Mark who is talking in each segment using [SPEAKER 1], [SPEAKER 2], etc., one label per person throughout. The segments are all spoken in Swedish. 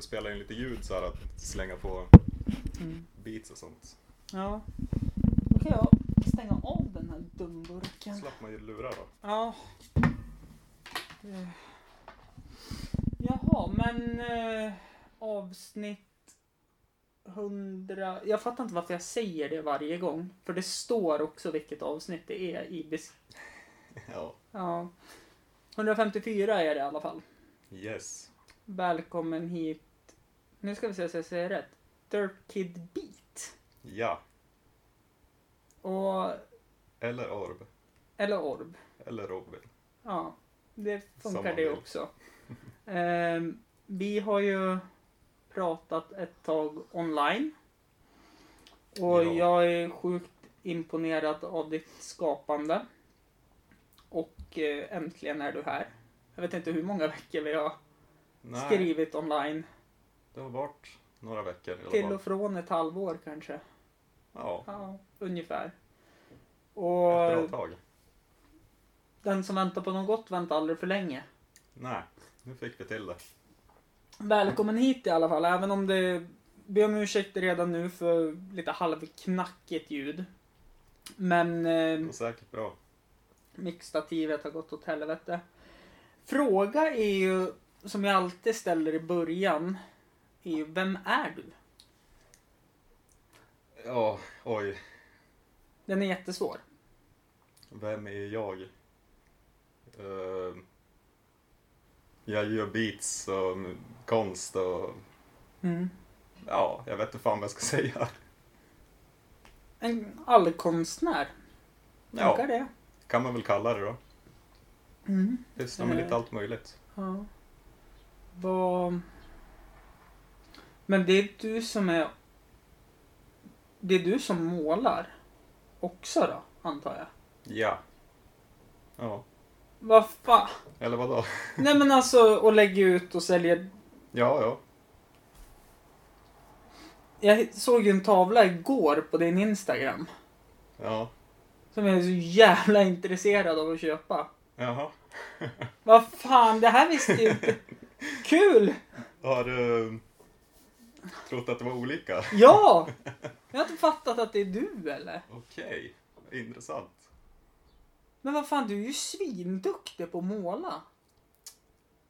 [SPEAKER 1] spela in lite ljud så här att slänga på beats och sånt.
[SPEAKER 2] Mm. Ja. Då kan jag stänga av den här dumburken.
[SPEAKER 1] Slapp man ju lurar då.
[SPEAKER 2] Ja. Det- Jaha, men eh, avsnitt 100. Jag fattar inte varför jag säger det varje gång. För det står också vilket avsnitt det är i bes-
[SPEAKER 1] Ja.
[SPEAKER 2] Ja. 154 är det i alla fall.
[SPEAKER 1] Yes.
[SPEAKER 2] Välkommen hit. Nu ska vi se så jag säger rätt. Dirt Kid Beat.
[SPEAKER 1] Ja. Och
[SPEAKER 2] Och,
[SPEAKER 1] Eller Orb.
[SPEAKER 2] eller Orb.
[SPEAKER 1] Eller Robin.
[SPEAKER 2] Ja, det funkar
[SPEAKER 1] Samma
[SPEAKER 2] det
[SPEAKER 1] bild.
[SPEAKER 2] också. Ehm, vi har ju pratat ett tag online. Och
[SPEAKER 1] Ja.
[SPEAKER 2] jag är sjukt imponerad av ditt skapande. Och eh, äntligen är du här. Jag vet inte hur många veckor vi har
[SPEAKER 1] Nej,
[SPEAKER 2] skrivit online.
[SPEAKER 1] det har varit några veckor i alla
[SPEAKER 2] Till
[SPEAKER 1] fall.
[SPEAKER 2] och från ett halvår kanske.
[SPEAKER 1] Ja,
[SPEAKER 2] Ja, ungefär.
[SPEAKER 1] ett bra
[SPEAKER 2] Och
[SPEAKER 1] tag.
[SPEAKER 2] den som väntar på något gott väntar aldrig för länge.
[SPEAKER 1] Nej, nu fick vi till det.
[SPEAKER 2] Välkommen hit i alla fall, även om det... Be om ursäkt redan nu för lite halvknackigt ljud. Men
[SPEAKER 1] Det
[SPEAKER 2] eh,
[SPEAKER 1] var säkert bra.
[SPEAKER 2] mixstativet har gått åt helvete. Fråga är ju, som jag alltid ställer i början, är ju vem är du?
[SPEAKER 1] Ja, oj.
[SPEAKER 2] Den är jättesvår.
[SPEAKER 1] Vem är jag? Ehm, jag gör beats och m- konst och ja, jag vet inte fan vad jag ska säga.
[SPEAKER 2] En allkonstnär.
[SPEAKER 1] Ja.
[SPEAKER 2] Funkar det?
[SPEAKER 1] Kan man väl kalla det då.
[SPEAKER 2] Mm.
[SPEAKER 1] Pysslar med
[SPEAKER 2] Eh.
[SPEAKER 1] lite allt möjligt.
[SPEAKER 2] Ja. Vad... Men det är du som är... Det är du som målar också då, antar jag?
[SPEAKER 1] Ja. Ja,
[SPEAKER 2] Vad fan?
[SPEAKER 1] eller vadå?
[SPEAKER 2] Nej men alltså, och lägger ut och säljer.
[SPEAKER 1] Ja, ja.
[SPEAKER 2] Jag såg ju en tavla igår på din Instagram.
[SPEAKER 1] Ja,
[SPEAKER 2] Som jag är så jävla intresserad av att köpa.
[SPEAKER 1] jaha.
[SPEAKER 2] Vad fan, det här visste jag inte. Kul!
[SPEAKER 1] Har du trott att det var olika?
[SPEAKER 2] Ja! Jag har inte fattat att det är du eller?
[SPEAKER 1] Okej, intressant.
[SPEAKER 2] Men vad fan, du är ju svinduktig på att måla.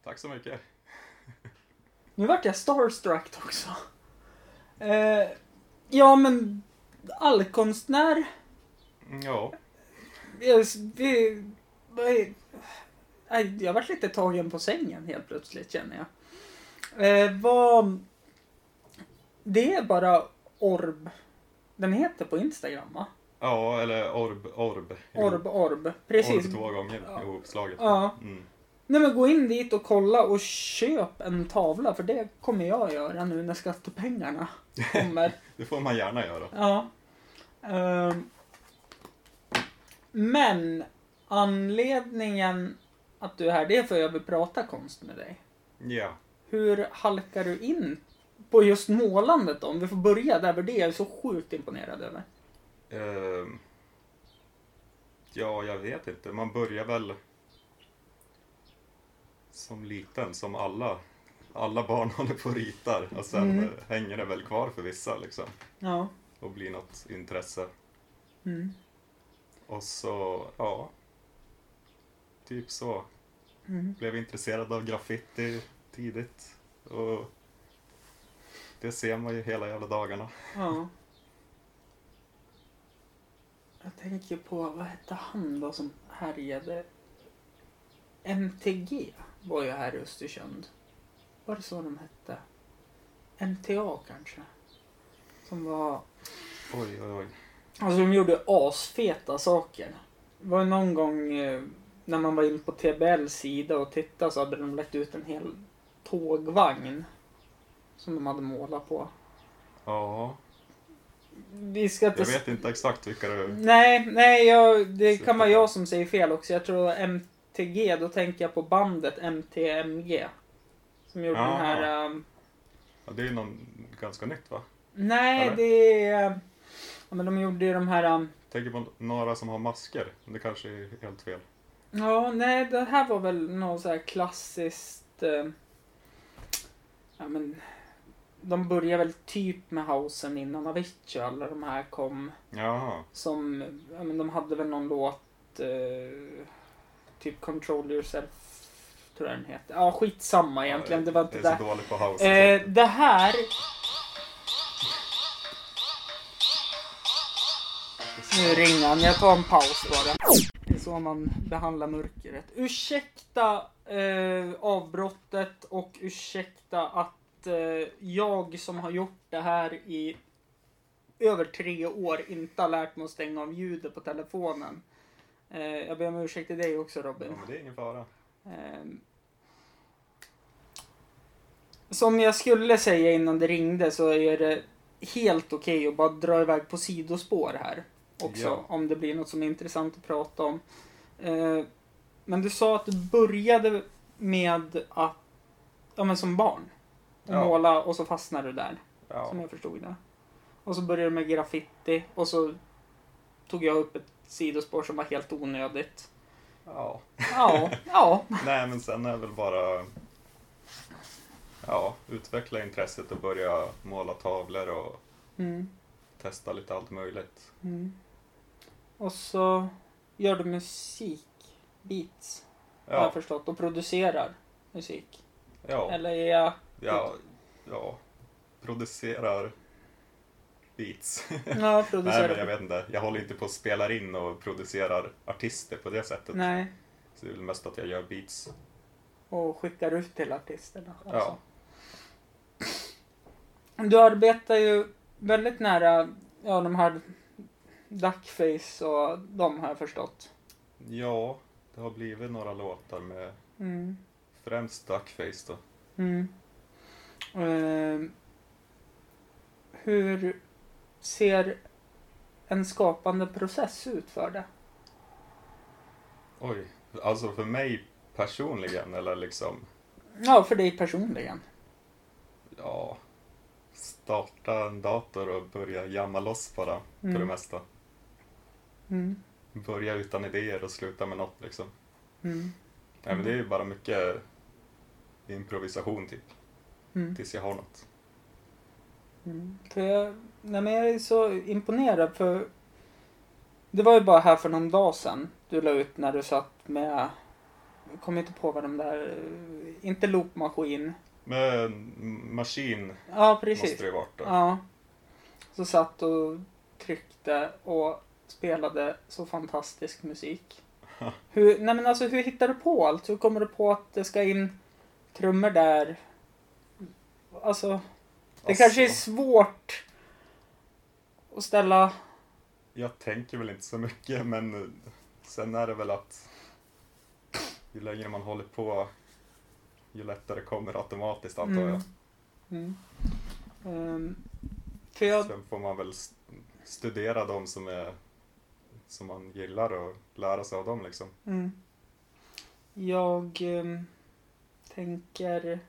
[SPEAKER 1] Tack så mycket.
[SPEAKER 2] Nu vart jag starstruck också. Eh, ja, men allkonstnär.
[SPEAKER 1] Ja,
[SPEAKER 2] Jag, vi, vad är- nej, jag vart lite tagen på sängen helt plötsligt känner jag. Eh, vad, det är bara Orb. Den heter på Instagram va?
[SPEAKER 1] ja eller orb, orb.
[SPEAKER 2] Orb, Orb. Precis.
[SPEAKER 1] Orb två gånger
[SPEAKER 2] Ja.
[SPEAKER 1] i ihopslaget.
[SPEAKER 2] Ja.
[SPEAKER 1] Mm.
[SPEAKER 2] Nej men gå in dit och kolla och köp en tavla för det kommer jag göra nu när skattepengarna kommer.
[SPEAKER 1] Det får man gärna göra.
[SPEAKER 2] Ja. Ehm. men anledningen att du är här, det är för att jag vill prata konst med dig.
[SPEAKER 1] Ja.
[SPEAKER 2] Hur halkar du in på just målandet då? Om vi får börja där, för det är jag så sjukt imponerad över.
[SPEAKER 1] Ehm, ja, jag vet inte. Man börjar väl som liten, som alla. Alla barn håller på och ritar och sen
[SPEAKER 2] Mm.
[SPEAKER 1] eh, hänger det väl kvar för vissa liksom
[SPEAKER 2] Ja.
[SPEAKER 1] och blir något intresse.
[SPEAKER 2] Mm.
[SPEAKER 1] Och så, ja. Typ så.
[SPEAKER 2] Mm.
[SPEAKER 1] Blev intresserad av graffiti tidigt. Och det ser man ju hela jävla dagarna.
[SPEAKER 2] Ja. Jag tänker på, vad hette han då som härjade? MTG var ju här i Östersund. Var det så de hette? MTA kanske? Som var...
[SPEAKER 1] Oj, oj, oj.
[SPEAKER 2] Alltså de gjorde asfeta saker. Det var någon gång eh, när man var inne på TBLs sida och tittade så hade de lagt ut en hel tågvagn. Som de hade målat på.
[SPEAKER 1] Ja,
[SPEAKER 2] Vi ska inte
[SPEAKER 1] jag vet inte exakt vilka det är.
[SPEAKER 2] Nej, nej jag, det
[SPEAKER 1] Sluta
[SPEAKER 2] kan vara
[SPEAKER 1] på.
[SPEAKER 2] jag som säger fel också. Jag tror MTG, då tänker jag på bandet MTMG. Som gjorde den
[SPEAKER 1] Ah.
[SPEAKER 2] här... ehm,
[SPEAKER 1] Ja, det är ju någon ganska nytt va?
[SPEAKER 2] nej,
[SPEAKER 1] Eller?
[SPEAKER 2] det är... Ja, men de gjorde ju de här... ehm,
[SPEAKER 1] Tänker på några som har masker. Men det kanske är helt fel.
[SPEAKER 2] ja, nej, det här var väl något så här klassiskt... eh, um, ja, men... de började väl typ med housen innan Avicii och alla de här kom.
[SPEAKER 1] Jaha.
[SPEAKER 2] Som, ja men de hade väl någon låt, eh, typ Control Yourself, tror jag den heter. Ja, skitsamma egentligen, det var inte
[SPEAKER 1] Jag är
[SPEAKER 2] där.
[SPEAKER 1] så dålig på house.
[SPEAKER 2] Eh, det här, nu ringer han, jag tar en paus bara. Det är så man behandlar mörkret. Ursäkta eh, avbrottet och ursäkta att eh, jag som har gjort det här i över tre år inte har lärt mig att stänga av ljudet på telefonen. Eh, jag ber om ursäkt till dig också
[SPEAKER 1] alltså. ja,
[SPEAKER 2] Robin.
[SPEAKER 1] men det är ingen fara.
[SPEAKER 2] Ehm. Som jag skulle säga innan det ringde så är det helt okej att bara dra iväg på sidospår här. Också
[SPEAKER 1] Ja.
[SPEAKER 2] om det blir något som är intressant att prata om. Ehm, Men du sa att du började med att, ja men som barn. Och
[SPEAKER 1] Ja.
[SPEAKER 2] måla och så fastnade du där.
[SPEAKER 1] Ja.
[SPEAKER 2] Som jag förstod det. Och så började du med graffiti och så tog jag upp ett sidospår som var helt onödigt.
[SPEAKER 1] ja.
[SPEAKER 2] Ja, ja.
[SPEAKER 1] Nej, men sen är väl bara... Ja, utveckla intresset och börja måla tavlor och
[SPEAKER 2] Mm.
[SPEAKER 1] testa lite allt möjligt.
[SPEAKER 2] Mm. Och så gör du musik, beats, har jag
[SPEAKER 1] Ja,
[SPEAKER 2] förstått, och producerar musik.
[SPEAKER 1] ja,
[SPEAKER 2] Eller är jag...
[SPEAKER 1] ja, ja. Producerar beats.
[SPEAKER 2] Ja,
[SPEAKER 1] Nej, men jag
[SPEAKER 2] producerar.
[SPEAKER 1] vet inte. Jag håller inte på och spelar in och producerar artister på det sättet.
[SPEAKER 2] Nej,
[SPEAKER 1] Så det är väl mest att jag gör beats.
[SPEAKER 2] och skickar ut till artisterna. alltså.
[SPEAKER 1] Ja.
[SPEAKER 2] Du arbetar ju väldigt nära ja, de här Duckface och de har jag förstått.
[SPEAKER 1] Ja, det har blivit några låtar med
[SPEAKER 2] Mm.
[SPEAKER 1] främst Duckface då.
[SPEAKER 2] Mm. Ehm, hur ser en skapande process ut för det?
[SPEAKER 1] Oj, alltså för mig personligen eller liksom,
[SPEAKER 2] Ja, för dig personligen.
[SPEAKER 1] ja, starta en dator och börja jamma loss bara
[SPEAKER 2] Mm.
[SPEAKER 1] på det mesta.
[SPEAKER 2] Mm.
[SPEAKER 1] Börja utan idéer och sluta med något liksom.
[SPEAKER 2] Mm.
[SPEAKER 1] Nej men det är ju bara mycket improvisation typ,
[SPEAKER 2] Mm.
[SPEAKER 1] tills jag har något.
[SPEAKER 2] Mm. För jag, nej men jag är så imponerad för det var ju bara här för någon dag sedan du la ut när du satt med, jag kommer inte på vad de där, eh, inte loopmaskin.
[SPEAKER 1] Men maskin
[SPEAKER 2] Ja
[SPEAKER 1] måste
[SPEAKER 2] precis.
[SPEAKER 1] det ju varit då.
[SPEAKER 2] Ja. Så satt och tryckte och spelade så fantastisk musik. Hur, nej men alltså, hur hittar du på allt? Hur kommer du på att det ska in trummor där? Alltså, det
[SPEAKER 1] Alltså,
[SPEAKER 2] kanske är svårt att ställa...
[SPEAKER 1] Jag tänker väl inte så mycket men sen är det väl att ju längre man håller på ju lättare kommer det automatiskt antar jag.
[SPEAKER 2] Mm. Mm. Ehm, för jag...
[SPEAKER 1] Sen får man väl st- studera de som, är, som man gillar och lära sig av dem liksom.
[SPEAKER 2] Mm. Jag ehm, tänker...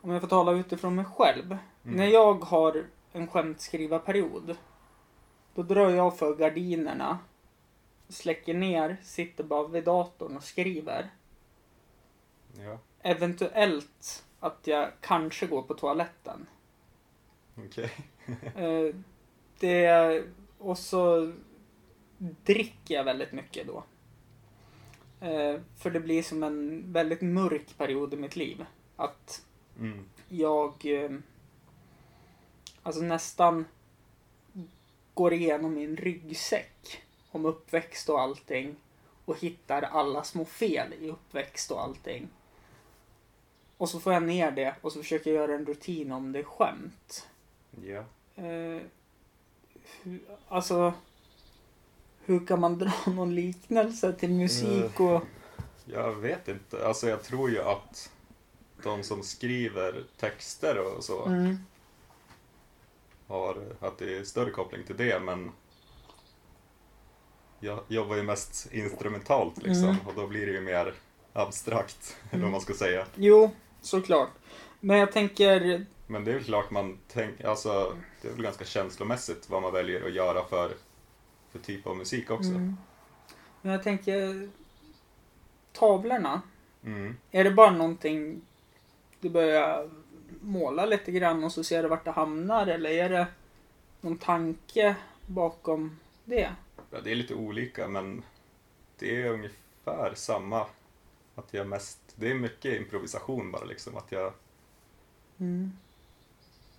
[SPEAKER 2] Om jag får tala utifrån mig själv.
[SPEAKER 1] Mm.
[SPEAKER 2] När jag har en skämtskrivarperiod. Då drar jag för gardinerna. Släcker ner, sitter bara vid datorn och skriver.
[SPEAKER 1] Ja,
[SPEAKER 2] Eventuellt att jag kanske går på toaletten.
[SPEAKER 1] okej.
[SPEAKER 2] Eh, det, och så dricker jag väldigt mycket då. Eh, för det blir som en väldigt mörk period i mitt liv. Att
[SPEAKER 1] Mm.
[SPEAKER 2] jag eh, alltså nästan går igenom min ryggsäck om uppväxt och allting och hittar alla små fel i uppväxt och allting. Och så får jag ner det och så försöker jag göra en rutin om det är skämt.
[SPEAKER 1] Ja.
[SPEAKER 2] Eh, hur, alltså, hur kan man dra någon liknelse till musik
[SPEAKER 1] Mm.
[SPEAKER 2] och...
[SPEAKER 1] Jag vet inte. Alltså jag tror ju att de som skriver texter och så
[SPEAKER 2] Mm,
[SPEAKER 1] har att det är större koppling till det men jag jobbar ju mest instrumentalt liksom
[SPEAKER 2] Mm.
[SPEAKER 1] och då blir det ju mer abstrakt eller vad man ska säga.
[SPEAKER 2] jo, såklart. Men jag tänker...
[SPEAKER 1] Men det är väl klart man tänker, alltså det är väl ganska känslomässigt vad man väljer att göra för, för typ av musik också. Mm.
[SPEAKER 2] Mm, men jag
[SPEAKER 1] Mm.
[SPEAKER 2] tänker... Tavlorna. Är det bara någonting du börjar måla lite grann och så ser du vart det hamnar eller är det någon tanke bakom det?
[SPEAKER 1] Ja, det är lite olika men det är ungefär samma. Att jag mest, det är mycket improvisation bara liksom. Att jag
[SPEAKER 2] Mm.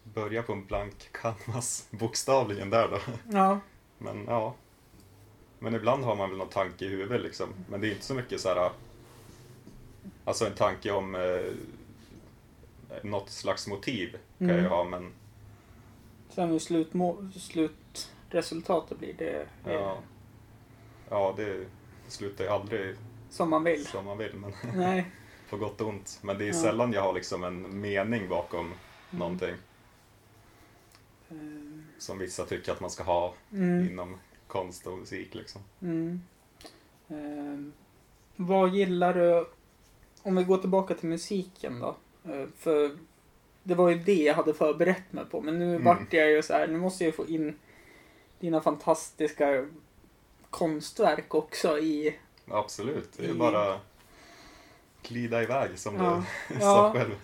[SPEAKER 1] börjar på en blank canvas, bokstavligen där då.
[SPEAKER 2] Ja.
[SPEAKER 1] Men ja. Men ibland har man väl någon tanke i huvudet liksom. Men det är inte så mycket så här. äh, Alltså en tanke om eh, något slags motiv kan
[SPEAKER 2] Mm.
[SPEAKER 1] jag ju ha men
[SPEAKER 2] Sen hur slutmo- slutresultatet blir det är
[SPEAKER 1] ja. Ja, det slutar ju aldrig
[SPEAKER 2] som man vill.
[SPEAKER 1] som man vill. Men
[SPEAKER 2] Nej.
[SPEAKER 1] på gott och ont. Men det är
[SPEAKER 2] Ja. Mm.
[SPEAKER 1] sällan jag har liksom en mening bakom någonting
[SPEAKER 2] Eh,
[SPEAKER 1] som vissa tycker att man ska ha
[SPEAKER 2] Mm.
[SPEAKER 1] inom konst och musik liksom.
[SPEAKER 2] Mm. Eh, vad gillar du? Om vi går tillbaka till musiken då. Eh, för det var ju det jag hade förberett mig på. Men nu
[SPEAKER 1] Mm.
[SPEAKER 2] vart jag ju så här. Nu måste jag ju få in dina fantastiska konstverk också i...
[SPEAKER 1] Absolut, det är ju
[SPEAKER 2] Mm.
[SPEAKER 1] bara glida iväg som
[SPEAKER 2] Ja.
[SPEAKER 1] du
[SPEAKER 2] Ja.
[SPEAKER 1] sa själv.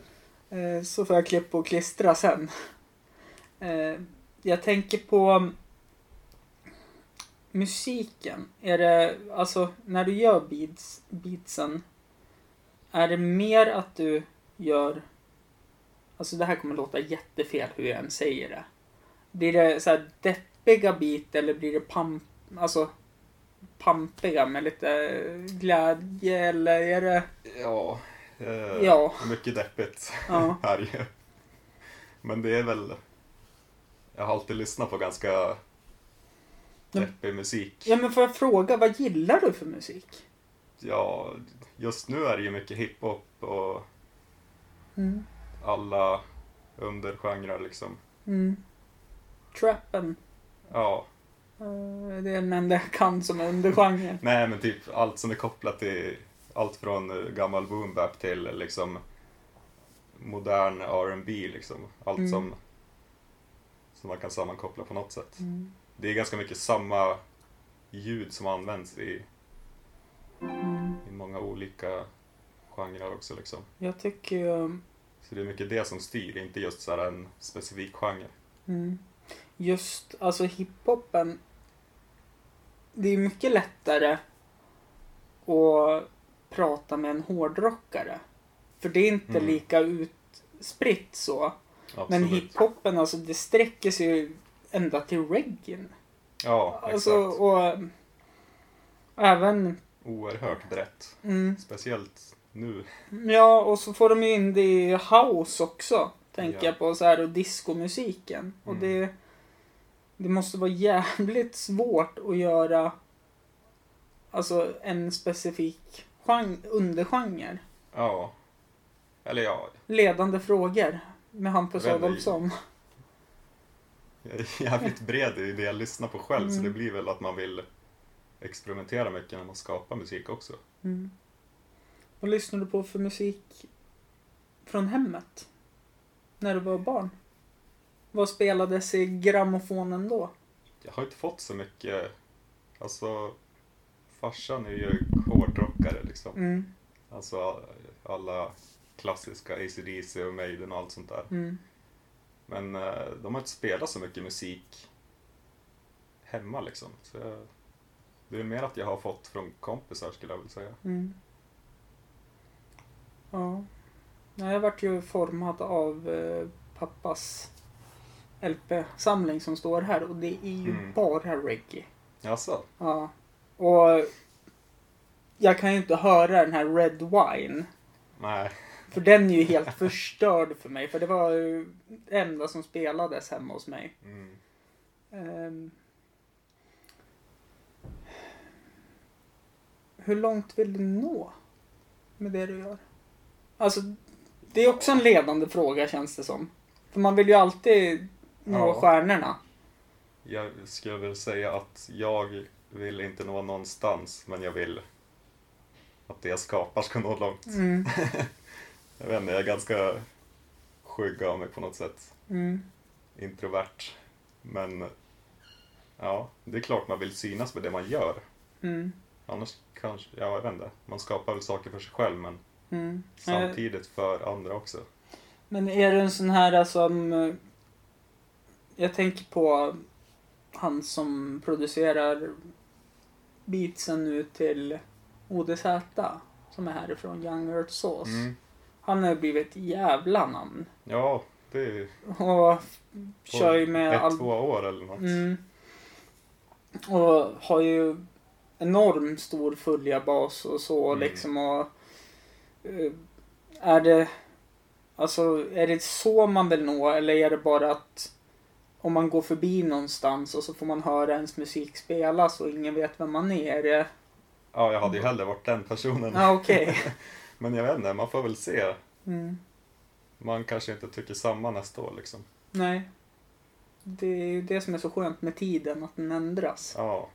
[SPEAKER 2] Eh, så får jag klippa och klistra sen. Eh, jag tänker på mm, musiken. Är det, alltså när du gör beats, beatsen, är det mer att du gör, alltså det här kommer låta jättefel hur jag än säger det. Blir det så här deppiga beat eller blir det pamp, alltså pampiga med lite glädje eller är det,
[SPEAKER 1] Ja, eh,
[SPEAKER 2] Ja.
[SPEAKER 1] mycket deppigt
[SPEAKER 2] Ja.
[SPEAKER 1] här ju. Men det är väl, jag har alltid lyssnat på ganska deppig musik.
[SPEAKER 2] ja men får jag fråga, vad gillar du för musik?
[SPEAKER 1] Ja, just nu är det ju mycket hiphop och
[SPEAKER 2] Mm.
[SPEAKER 1] alla undergenrer liksom.
[SPEAKER 2] Mm. Trappen.
[SPEAKER 1] Ja,
[SPEAKER 2] Eh, Det är den enda jag kan som är undergenre.
[SPEAKER 1] nej men typ allt som är kopplat till allt från eh, gammal boom bap till eh, liksom modern R&B liksom. Allt
[SPEAKER 2] Mm.
[SPEAKER 1] som, som man kan sammankoppla på något sätt.
[SPEAKER 2] Mm.
[SPEAKER 1] Det är ganska mycket samma ljud som används i,
[SPEAKER 2] Mm.
[SPEAKER 1] i många olika genrer också liksom.
[SPEAKER 2] Jag tycker ju...
[SPEAKER 1] Så det är mycket det som styr, inte just så här en specifik genre.
[SPEAKER 2] Mm. Just, alltså hiphopen. Det är mycket lättare att prata med en hårdrockare. För det är inte
[SPEAKER 1] Mm.
[SPEAKER 2] lika utspritt så.
[SPEAKER 1] Absolut.
[SPEAKER 2] Men hiphopen, alltså det sträcker sig ju ända till reggaen.
[SPEAKER 1] Ja, exakt.
[SPEAKER 2] Alltså, och... Även...
[SPEAKER 1] Oerhört brett.
[SPEAKER 2] Mm,
[SPEAKER 1] Speciellt nu.
[SPEAKER 2] Ja, och så får de ju in det i house också. Tänker
[SPEAKER 1] Ja.
[SPEAKER 2] jag på så här och discomusiken. Och
[SPEAKER 1] Mm.
[SPEAKER 2] det, det måste vara jävligt svårt att göra alltså en specifik gen- undergenre.
[SPEAKER 1] Ja. Eller ja,
[SPEAKER 2] Ledande frågor med Hampus
[SPEAKER 1] Vem är-
[SPEAKER 2] Adolfsson.
[SPEAKER 1] jag är jävligt bred i det jag lyssnar på själv så
[SPEAKER 2] Mm.
[SPEAKER 1] det blir väl att man vill experimentera mycket när man skapar musik också.
[SPEAKER 2] Mm. Vad lyssnade du på för musik från hemmet? När du var barn? Vad spelades i grammofonen då?
[SPEAKER 1] Jag har inte fått så mycket, alltså farsan är ju hårdrockare liksom.
[SPEAKER 2] Mm,
[SPEAKER 1] Alltså alla klassiska ACDC och Maiden och allt sånt där.
[SPEAKER 2] mm,
[SPEAKER 1] Men eh, de har inte spelat så mycket musik hemma liksom. Så jag, det är mer att jag har fått från kompisar skulle jag vilja säga.
[SPEAKER 2] Mm. Ja. Nej, Jag vart ju formad av eh, pappas LP-samling som står här och det är ju
[SPEAKER 1] Mm.
[SPEAKER 2] bara reggae.
[SPEAKER 1] Jaså?
[SPEAKER 2] Ja. Och jag kan ju inte höra den här Red Wine.
[SPEAKER 1] Nej.
[SPEAKER 2] För den är ju helt förstörd för mig. För det var ju det enda som spelades hemma hos mig.
[SPEAKER 1] Mm.
[SPEAKER 2] Ehm. Hur långt vill du nå med det du gör? Alltså, det är också en ledande fråga känns det som. För man vill ju alltid nå
[SPEAKER 1] Ja.
[SPEAKER 2] stjärnorna.
[SPEAKER 1] Jag skulle väl säga att jag vill inte nå någonstans, men jag vill att det jag skapar ska nå långt.
[SPEAKER 2] Mm.
[SPEAKER 1] Jag vet inte, jag är ganska skygg av mig på något sätt.
[SPEAKER 2] Mm.
[SPEAKER 1] Introvert. Men ja, det är klart man vill synas med det man gör.
[SPEAKER 2] Mm.
[SPEAKER 1] Annars kanske, ja jag vet inte, man skapar väl saker för sig själv men
[SPEAKER 2] Mm. Eh,
[SPEAKER 1] samtidigt för andra också.
[SPEAKER 2] Men är du en sån här som... eh, Jag tänker på han som producerar beatsen nu till ODZ som är härifrån Young Earth Sauce.
[SPEAKER 1] Mm.
[SPEAKER 2] Han har blivit ett jävla namn.
[SPEAKER 1] Ja, det är
[SPEAKER 2] Och kör ju med...
[SPEAKER 1] ett,
[SPEAKER 2] all-
[SPEAKER 1] två år eller något.
[SPEAKER 2] Mm. Och har ju enorm stor följarbas och så
[SPEAKER 1] Mm.
[SPEAKER 2] liksom och... eh, Är det... Alltså är det så man vill nå eller är det bara att om man går förbi någonstans och så får man höra ens musik spelas och ingen vet vem man är? Är det...
[SPEAKER 1] Ja, jag hade ju hellre varit den personen.
[SPEAKER 2] Ja, okej.
[SPEAKER 1] Men jag vet inte, man får väl se.
[SPEAKER 2] Mm.
[SPEAKER 1] Man kanske inte tycker samma nästa år liksom.
[SPEAKER 2] Nej. Det är ju det som är så skönt med tiden, att den ändras.
[SPEAKER 1] Ja.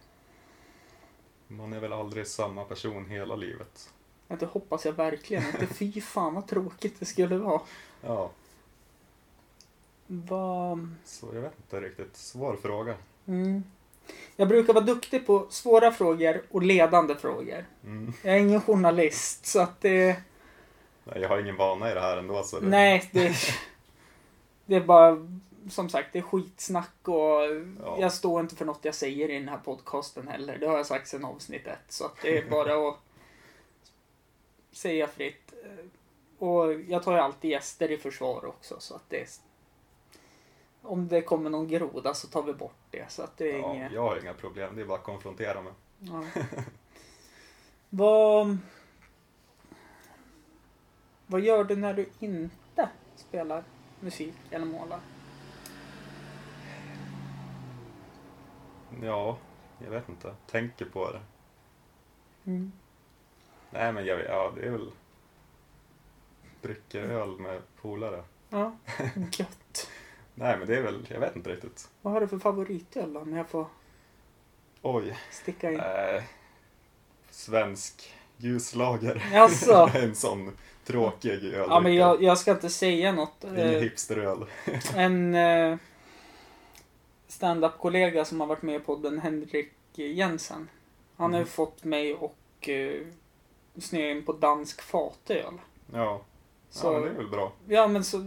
[SPEAKER 1] Man är väl aldrig samma person hela livet.
[SPEAKER 2] Att det hoppas jag verkligen inte. Fy fan vad tråkigt det skulle vara.
[SPEAKER 1] Ja,
[SPEAKER 2] Vad...
[SPEAKER 1] så jag vet inte riktigt. Svår fråga.
[SPEAKER 2] Mm. Jag brukar vara duktig på svåra frågor och ledande frågor.
[SPEAKER 1] Mm.
[SPEAKER 2] Jag är ingen journalist så att det...
[SPEAKER 1] Nej, jag har ingen vana i det här ändå så det...
[SPEAKER 2] Nej, det... Det är bara... Som sagt, det är skitsnack och
[SPEAKER 1] Ja.
[SPEAKER 2] jag står inte för något jag säger i den här podcasten heller. Det har jag sagt sedan avsnitt ett. Så att det är bara att säga fritt. Och jag tar ju alltid gäster i försvar också. Så att det är... Om det kommer någon groda så tar vi bort det. Så att det är
[SPEAKER 1] ja,
[SPEAKER 2] inget...
[SPEAKER 1] jag har inga problem. Det är bara att konfrontera mig.
[SPEAKER 2] Ja. vad... Vad gör du när du inte spelar musik eller målar?
[SPEAKER 1] Ja, jag vet inte. Tänker på det.
[SPEAKER 2] Mm.
[SPEAKER 1] Nej men jag vet, ja det är väl... Dricker öl med polare.
[SPEAKER 2] Ja, gött.
[SPEAKER 1] Nej men det är väl, jag vet inte riktigt.
[SPEAKER 2] Vad har du för favoritöl då, om jag får
[SPEAKER 1] Oj.
[SPEAKER 2] sticka in?
[SPEAKER 1] Eh, svensk ljuslager.
[SPEAKER 2] Jaså?
[SPEAKER 1] en sån tråkig öl.
[SPEAKER 2] Ja, men jag, jag ska inte säga något.
[SPEAKER 1] Ingen
[SPEAKER 2] Eh,
[SPEAKER 1] hipsteröl.
[SPEAKER 2] En eh, stand-up-kollega som har varit med i podden, Henrik Jensen. Han har ju
[SPEAKER 1] Mm.
[SPEAKER 2] fått mig och eh, snöa in på dansk fatöl.
[SPEAKER 1] Ja.
[SPEAKER 2] Så,
[SPEAKER 1] ja, men det är väl bra.
[SPEAKER 2] Ja, men så,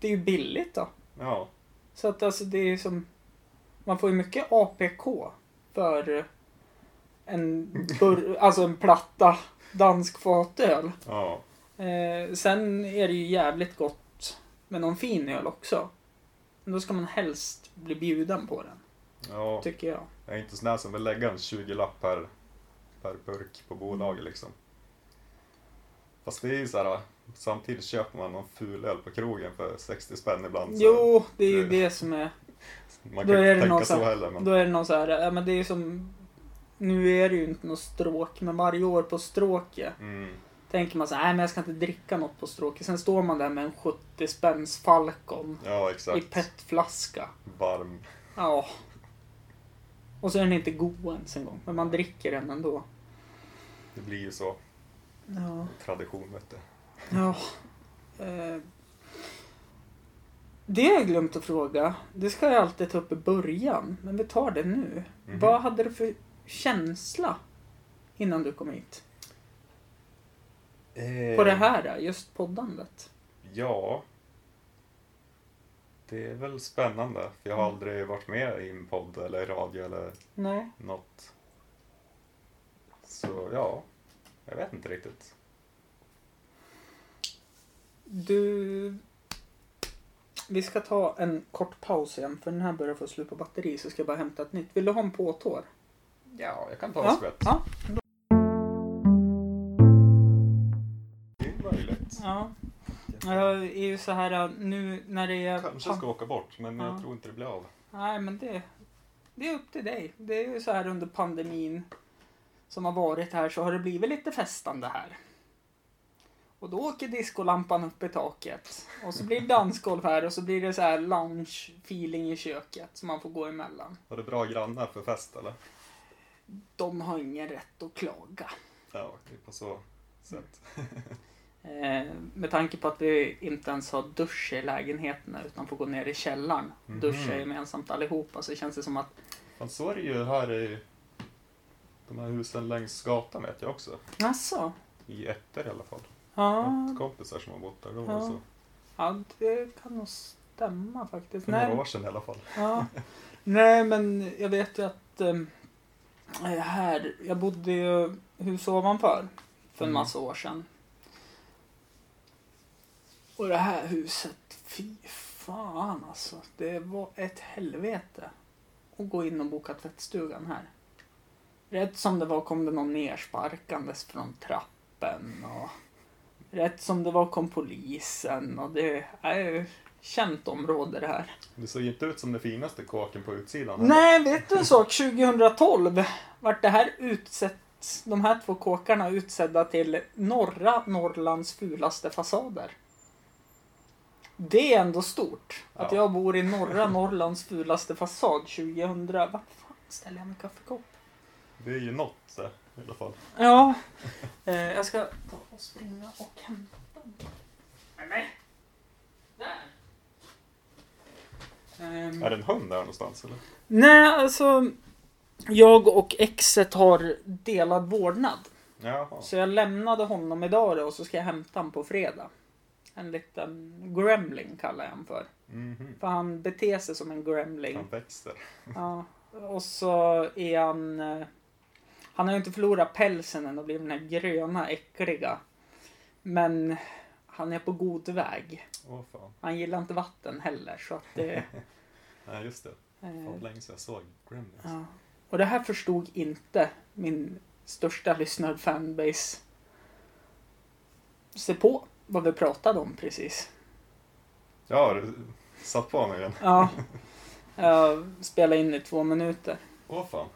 [SPEAKER 2] det är ju billigt då.
[SPEAKER 1] Ja,
[SPEAKER 2] Så att alltså det är som... Man får ju mycket APK för en, bur, alltså en platta dansk fatöl.
[SPEAKER 1] ja,
[SPEAKER 2] Eh, sen är det ju jävligt gott med någon fin öl också. Men då ska man helst bli bjuden på den,
[SPEAKER 1] ja.
[SPEAKER 2] tycker jag.
[SPEAKER 1] Jag är inte sån där som vill lägga en 20-lapp per, per burk på
[SPEAKER 2] Mm.
[SPEAKER 1] bolaget liksom. Fast det är ju så här, samtidigt köper man någon ful öl på krogen för 60 spänn ibland. Så
[SPEAKER 2] Jo, det är ju
[SPEAKER 1] det-
[SPEAKER 2] det som är...
[SPEAKER 1] man
[SPEAKER 2] då
[SPEAKER 1] kan inte
[SPEAKER 2] är det
[SPEAKER 1] tänka
[SPEAKER 2] någon
[SPEAKER 1] så
[SPEAKER 2] som-
[SPEAKER 1] heller. Men,
[SPEAKER 2] Då är det någon så här, ja men det är ju som... Nu är det ju inte något stråk, men varje år på stråket
[SPEAKER 1] mm,
[SPEAKER 2] tänker man så här, nej men jag ska inte dricka något på stråket. Sen står man där med en 70 spänns Falcon
[SPEAKER 1] ja,
[SPEAKER 2] i
[SPEAKER 1] exakt.
[SPEAKER 2] petflaska.
[SPEAKER 1] Varm.
[SPEAKER 2] Ja. Och så är den inte god ens en gång, men man dricker den ändå.
[SPEAKER 1] Det blir ju så.
[SPEAKER 2] Ja.
[SPEAKER 1] Tradition vet du.
[SPEAKER 2] ja. Eh. Det har jag glömt att fråga. Det ska jag alltid ta upp i början, men vi tar det nu.
[SPEAKER 1] Mhm.
[SPEAKER 2] Vad hade du för känsla innan du kom hit? På det här, just poddandet.
[SPEAKER 1] Eh, Ja. Det är väl spännande. För jag
[SPEAKER 2] Mm.
[SPEAKER 1] har aldrig varit med i en podd eller radio eller
[SPEAKER 2] Nej.
[SPEAKER 1] något. Så ja, jag vet inte riktigt.
[SPEAKER 2] Du... Vi ska ta en kort paus igen för den här börjar få slut på batteri så ska jag bara hämta ett nytt. Vill du ha en påtår?
[SPEAKER 1] Ja, jag kan ta
[SPEAKER 2] Ja,
[SPEAKER 1] en skvätt.
[SPEAKER 2] ja.
[SPEAKER 1] Det är möjligt.
[SPEAKER 2] Ja. Jag är ju så här äh, nu när det är...
[SPEAKER 1] Kanske ska åka bort, men
[SPEAKER 2] Ja.
[SPEAKER 1] jag tror inte det blir av.
[SPEAKER 2] Nej men det... Det är upp till dig. Det är ju så här under pandemin som har varit här så har det blivit lite festande här. Och då åker diskolampan upp i taket. Och så blir det dansgolv här och så blir det så här lounge-feeling i köket som man får gå emellan.
[SPEAKER 1] Har du bra grannar för fest eller?
[SPEAKER 2] De har ingen rätt att klaga.
[SPEAKER 1] Ja, det är på så sätt.
[SPEAKER 2] Eh, med tanke på att vi inte ens har dusch i lägenheterna utan får gå ner i källaren och
[SPEAKER 1] Mhm.
[SPEAKER 2] duscha gemensamt allihopa så känns det som att
[SPEAKER 1] Men så är det ju här i de här husen längs gatan vet jag också.
[SPEAKER 2] Jaså?
[SPEAKER 1] I ettor i alla fall. Jag
[SPEAKER 2] Ja,
[SPEAKER 1] har haft kompisar som har bott där. Då var
[SPEAKER 2] Ja.
[SPEAKER 1] det så.
[SPEAKER 2] Ja, det kan nog stämma faktiskt.
[SPEAKER 1] För
[SPEAKER 2] Nej,
[SPEAKER 1] några år sedan i alla fall.
[SPEAKER 2] ja. Nej, men jag vet ju att ehm, eh, här, jag bodde ju hus ovanför för en
[SPEAKER 1] Mm.
[SPEAKER 2] massa år sedan. Och det här huset, fy fan alltså. Det var ett helvete att gå in och boka tvättstugan här. Rätt som det var kom det någon nersparkandes från trappen och rätt som det var kom polisen och det är ju känt område det här.
[SPEAKER 1] Det såg ju inte ut som det finaste kåken på utsidan. heller.
[SPEAKER 2] Nej, vet du en sak? 2012 vart det här utsett, de här två kåkarna utsedda till norra Norrlands fulaste fasader. Det är ändå stort. Att
[SPEAKER 1] Ja.
[SPEAKER 2] jag bor i norra Norrlands fulaste fasad 2000. Vart fan ställer jag min kaffekopp?
[SPEAKER 1] Det är ju något där, i alla fall.
[SPEAKER 2] Ja, eh, jag ska ta och springa och hämta den. Nej, Där! Ehm.
[SPEAKER 1] Är det en hund där någonstans eller?
[SPEAKER 2] Nej, alltså. Jag och exet har delad vårdnad.
[SPEAKER 1] Jaha.
[SPEAKER 2] Så jag lämnade honom idag då, och så ska jag hämta honom på fredag. En liten gremling kallar jag honom för.
[SPEAKER 1] Mhm.
[SPEAKER 2] För han beter sig som en gremling.
[SPEAKER 1] Han växer.
[SPEAKER 2] Ja. Och så är han... eh, Han har ju inte förlorat pälsen än och blivit den här gröna äckliga. Men han är på god väg.
[SPEAKER 1] Åh fan.
[SPEAKER 2] Han gillar inte vatten heller så att det...
[SPEAKER 1] Nej just det. Det
[SPEAKER 2] eh,
[SPEAKER 1] var länge sedan jag såg Gremlins.
[SPEAKER 2] Ja. Och det här förstod inte min största lyssnarfanbase. Se på vad vi pratade om precis.
[SPEAKER 1] Ja, du satt på mig igen.
[SPEAKER 2] Ja. Jag spelade in i två minuter.
[SPEAKER 1] Åh fan.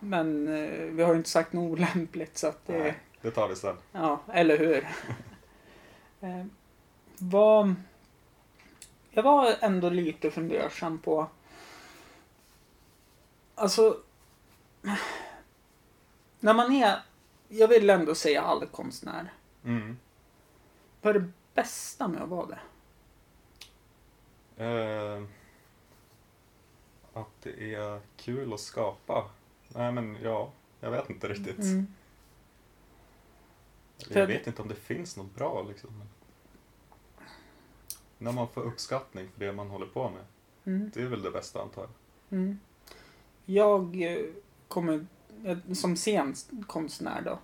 [SPEAKER 2] Men eh, vi har ju inte sagt något olämpligt så att det...
[SPEAKER 1] Nej, det tar vi sen.
[SPEAKER 2] Ja, eller hur? eh, vad... Jag var ändå lite fundersam på... Alltså... När man är... Jag vill ändå säga all konstnär.
[SPEAKER 1] Mm.
[SPEAKER 2] Vad är det bästa med att vara det?
[SPEAKER 1] Eh, att det är kul att skapa. Nej men ja, jag vet inte riktigt.
[SPEAKER 2] Mm.
[SPEAKER 1] Eller Jag vet inte om det finns något bra liksom. Men... När man får uppskattning för det man håller på med.
[SPEAKER 2] Mm.
[SPEAKER 1] Det är väl det bästa antar jag.
[SPEAKER 2] Mm. Jag eh, kommer, eh, som scenkonstnär då,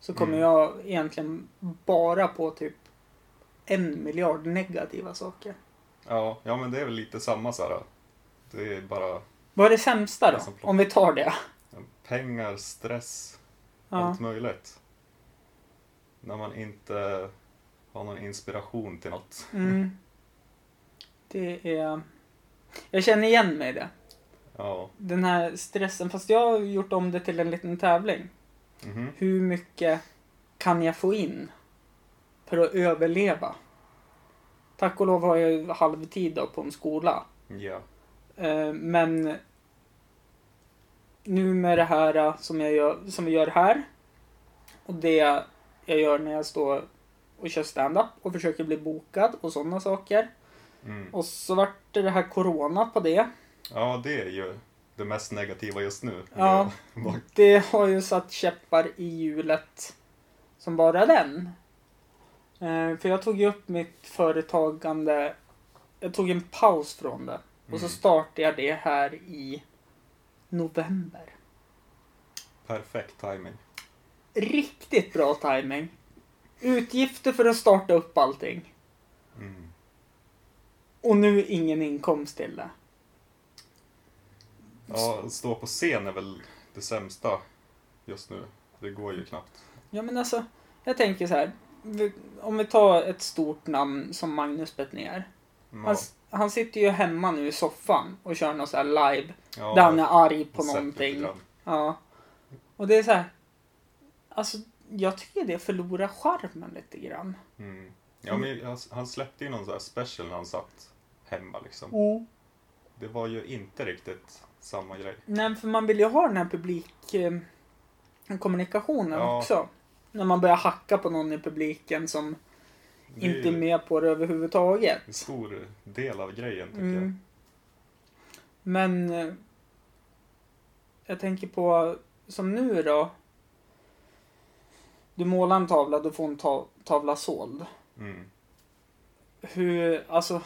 [SPEAKER 2] så kommer
[SPEAKER 1] Mm.
[SPEAKER 2] jag egentligen bara på typ en miljard negativa saker.
[SPEAKER 1] Ja, ja men det är väl lite samma så här. Det är bara
[SPEAKER 2] Vad är det sämsta då?
[SPEAKER 1] Det är som plock.
[SPEAKER 2] Om vi tar det.
[SPEAKER 1] pengar, stress,
[SPEAKER 2] Ja.
[SPEAKER 1] allt möjligt. När man inte har någon inspiration till något.
[SPEAKER 2] Mm. Det är... Jag känner igen mig i det.
[SPEAKER 1] Ja,
[SPEAKER 2] Den här stressen. Fast jag har gjort om det till en liten tävling.
[SPEAKER 1] mhm.
[SPEAKER 2] Hur mycket kan jag få in för att överleva? Tack och lov har jag ju halvtid då på en skola.
[SPEAKER 1] ja.
[SPEAKER 2] Eh, Men nu med det här eh, som, jag gör, som vi gör här och det jag gör när jag står och kör stand-up och försöker bli bokad och sådana saker.
[SPEAKER 1] Mm.
[SPEAKER 2] Och så vart det det här corona på det.
[SPEAKER 1] Ja, det är ju det mest negativa just nu.
[SPEAKER 2] Ja.
[SPEAKER 1] Bara-
[SPEAKER 2] Det har ju satt käppar i hjulet som bara den. Eh, För jag tog ju upp mitt företagande. Jag tog en paus från det. Och så
[SPEAKER 1] Mm.
[SPEAKER 2] startade jag det här i november.
[SPEAKER 1] Perfekt timing.
[SPEAKER 2] Riktigt bra timing. Utgifter för att starta upp allting.
[SPEAKER 1] Mm.
[SPEAKER 2] Och nu ingen inkomst till det.
[SPEAKER 1] Ja, att stå på scen är väl det sämsta just nu. Det går ju knappt.
[SPEAKER 2] Ja men alltså, jag tänker så här. Vi- Om vi tar ett stort namn som Magnus Bettner.
[SPEAKER 1] Ja,
[SPEAKER 2] Han, han sitter ju hemma nu i soffan och kör någon så här live.
[SPEAKER 1] ja,
[SPEAKER 2] där han är arg på
[SPEAKER 1] sett lite
[SPEAKER 2] någonting.
[SPEAKER 1] grann.
[SPEAKER 2] Ja. Och det är så här. Alltså, jag tycker det förlorar charmen lite grann.
[SPEAKER 1] Mm. Ja, men jag- han släppte ju någon så här special när han satt hemma liksom.
[SPEAKER 2] Mm.
[SPEAKER 1] Det var ju inte riktigt samma grej.
[SPEAKER 2] Nej, för man vill ju ha den här publikkommunikationen
[SPEAKER 1] Ja.
[SPEAKER 2] också. När man börjar hacka på någon i publiken som
[SPEAKER 1] Det är
[SPEAKER 2] inte är
[SPEAKER 1] ju
[SPEAKER 2] med på det överhuvudtaget.
[SPEAKER 1] en stor del av grejen tycker jag.
[SPEAKER 2] Mm. Men eh, jag tänker på som nu då. Du målar en tavla, du får en ta- tavla såld.
[SPEAKER 1] Mm.
[SPEAKER 2] hur, alltså.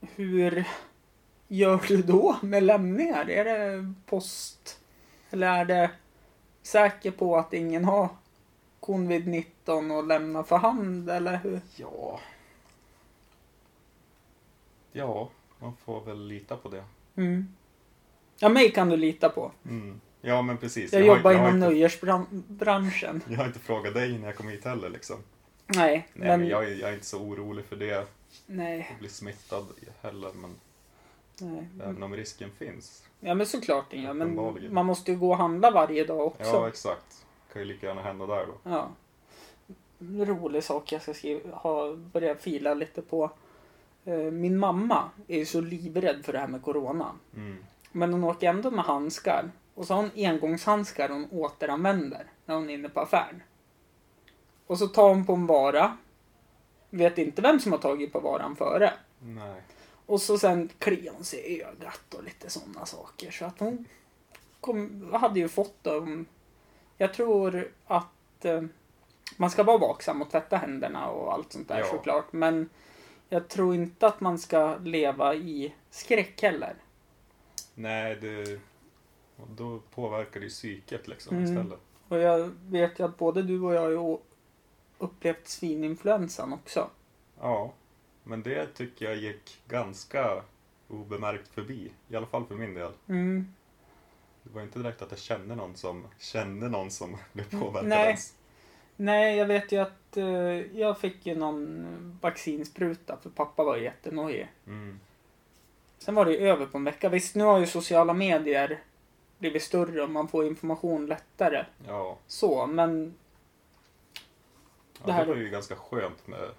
[SPEAKER 2] Hur gör du då med lämningar? Är det post? Eller är det säker på att ingen har covid-19 och lämnar för hand eller hur?
[SPEAKER 1] Ja. Ja, man får väl lita på det.
[SPEAKER 2] Mm. Ja, mig kan du lita på.
[SPEAKER 1] Mm. Ja, men precis.
[SPEAKER 2] Jag,
[SPEAKER 1] har-
[SPEAKER 2] jobbar
[SPEAKER 1] har
[SPEAKER 2] inom
[SPEAKER 1] inte-
[SPEAKER 2] nöjesbranschen.
[SPEAKER 1] Jag har inte frågat dig när jag kom hit heller liksom.
[SPEAKER 2] Nej,
[SPEAKER 1] Nej, men,
[SPEAKER 2] men...
[SPEAKER 1] jag, är- jag är inte så orolig för det,
[SPEAKER 2] Nej,
[SPEAKER 1] att bli smittad heller, men
[SPEAKER 2] nej.
[SPEAKER 1] även om risken finns.
[SPEAKER 2] Ja, men såklart den gör. Men
[SPEAKER 1] Uppenbarligen.
[SPEAKER 2] man måste ju gå och handla varje dag också.
[SPEAKER 1] Ja, exakt. Kan ju lika gärna hända där då.
[SPEAKER 2] Ja. Rolig sak jag ska skriva, ha, börja fila lite på. Eh, Min mamma är ju så livrädd för det här med corona.
[SPEAKER 1] Mm.
[SPEAKER 2] Men hon åker ändå med handskar. Och så har hon engångshandskar hon återanvänder när hon är inne på affären. Och så tar hon på en vara. Vet inte vem som har tagit på varan före.
[SPEAKER 1] Nej.
[SPEAKER 2] Och så sen kliar hon sig i ögat och lite sådana saker. Så att hon kom, hade ju fått dem. Jag tror att eh, man ska vara vaksam och tvätta händerna och allt sånt där
[SPEAKER 1] Ja.
[SPEAKER 2] såklart. Men jag tror inte att man ska leva i skräck heller.
[SPEAKER 1] Nej, det... Och då påverkar det ju psyket liksom
[SPEAKER 2] Mm.
[SPEAKER 1] istället.
[SPEAKER 2] Och jag vet ju att både du och jag har ju å- upplevt svininfluensan också.
[SPEAKER 1] Ja. Men det tycker jag gick ganska obemärkt förbi. I alla fall för min del.
[SPEAKER 2] Mm.
[SPEAKER 1] Det var inte direkt att jag kände någon som kände någon som blev påverkad
[SPEAKER 2] Mm, Nej.
[SPEAKER 1] ens.
[SPEAKER 2] Nej, jag vet ju att eh, jag fick ju någon vaccinspruta för pappa var jättenojig.
[SPEAKER 1] Mm.
[SPEAKER 2] Sen var det ju över på en vecka. Visst, nu har ju sociala medier blivit större och man får information lättare.
[SPEAKER 1] Ja.
[SPEAKER 2] Så, men
[SPEAKER 1] Ja,
[SPEAKER 2] Det
[SPEAKER 1] det,
[SPEAKER 2] här-
[SPEAKER 1] var ju ganska skönt med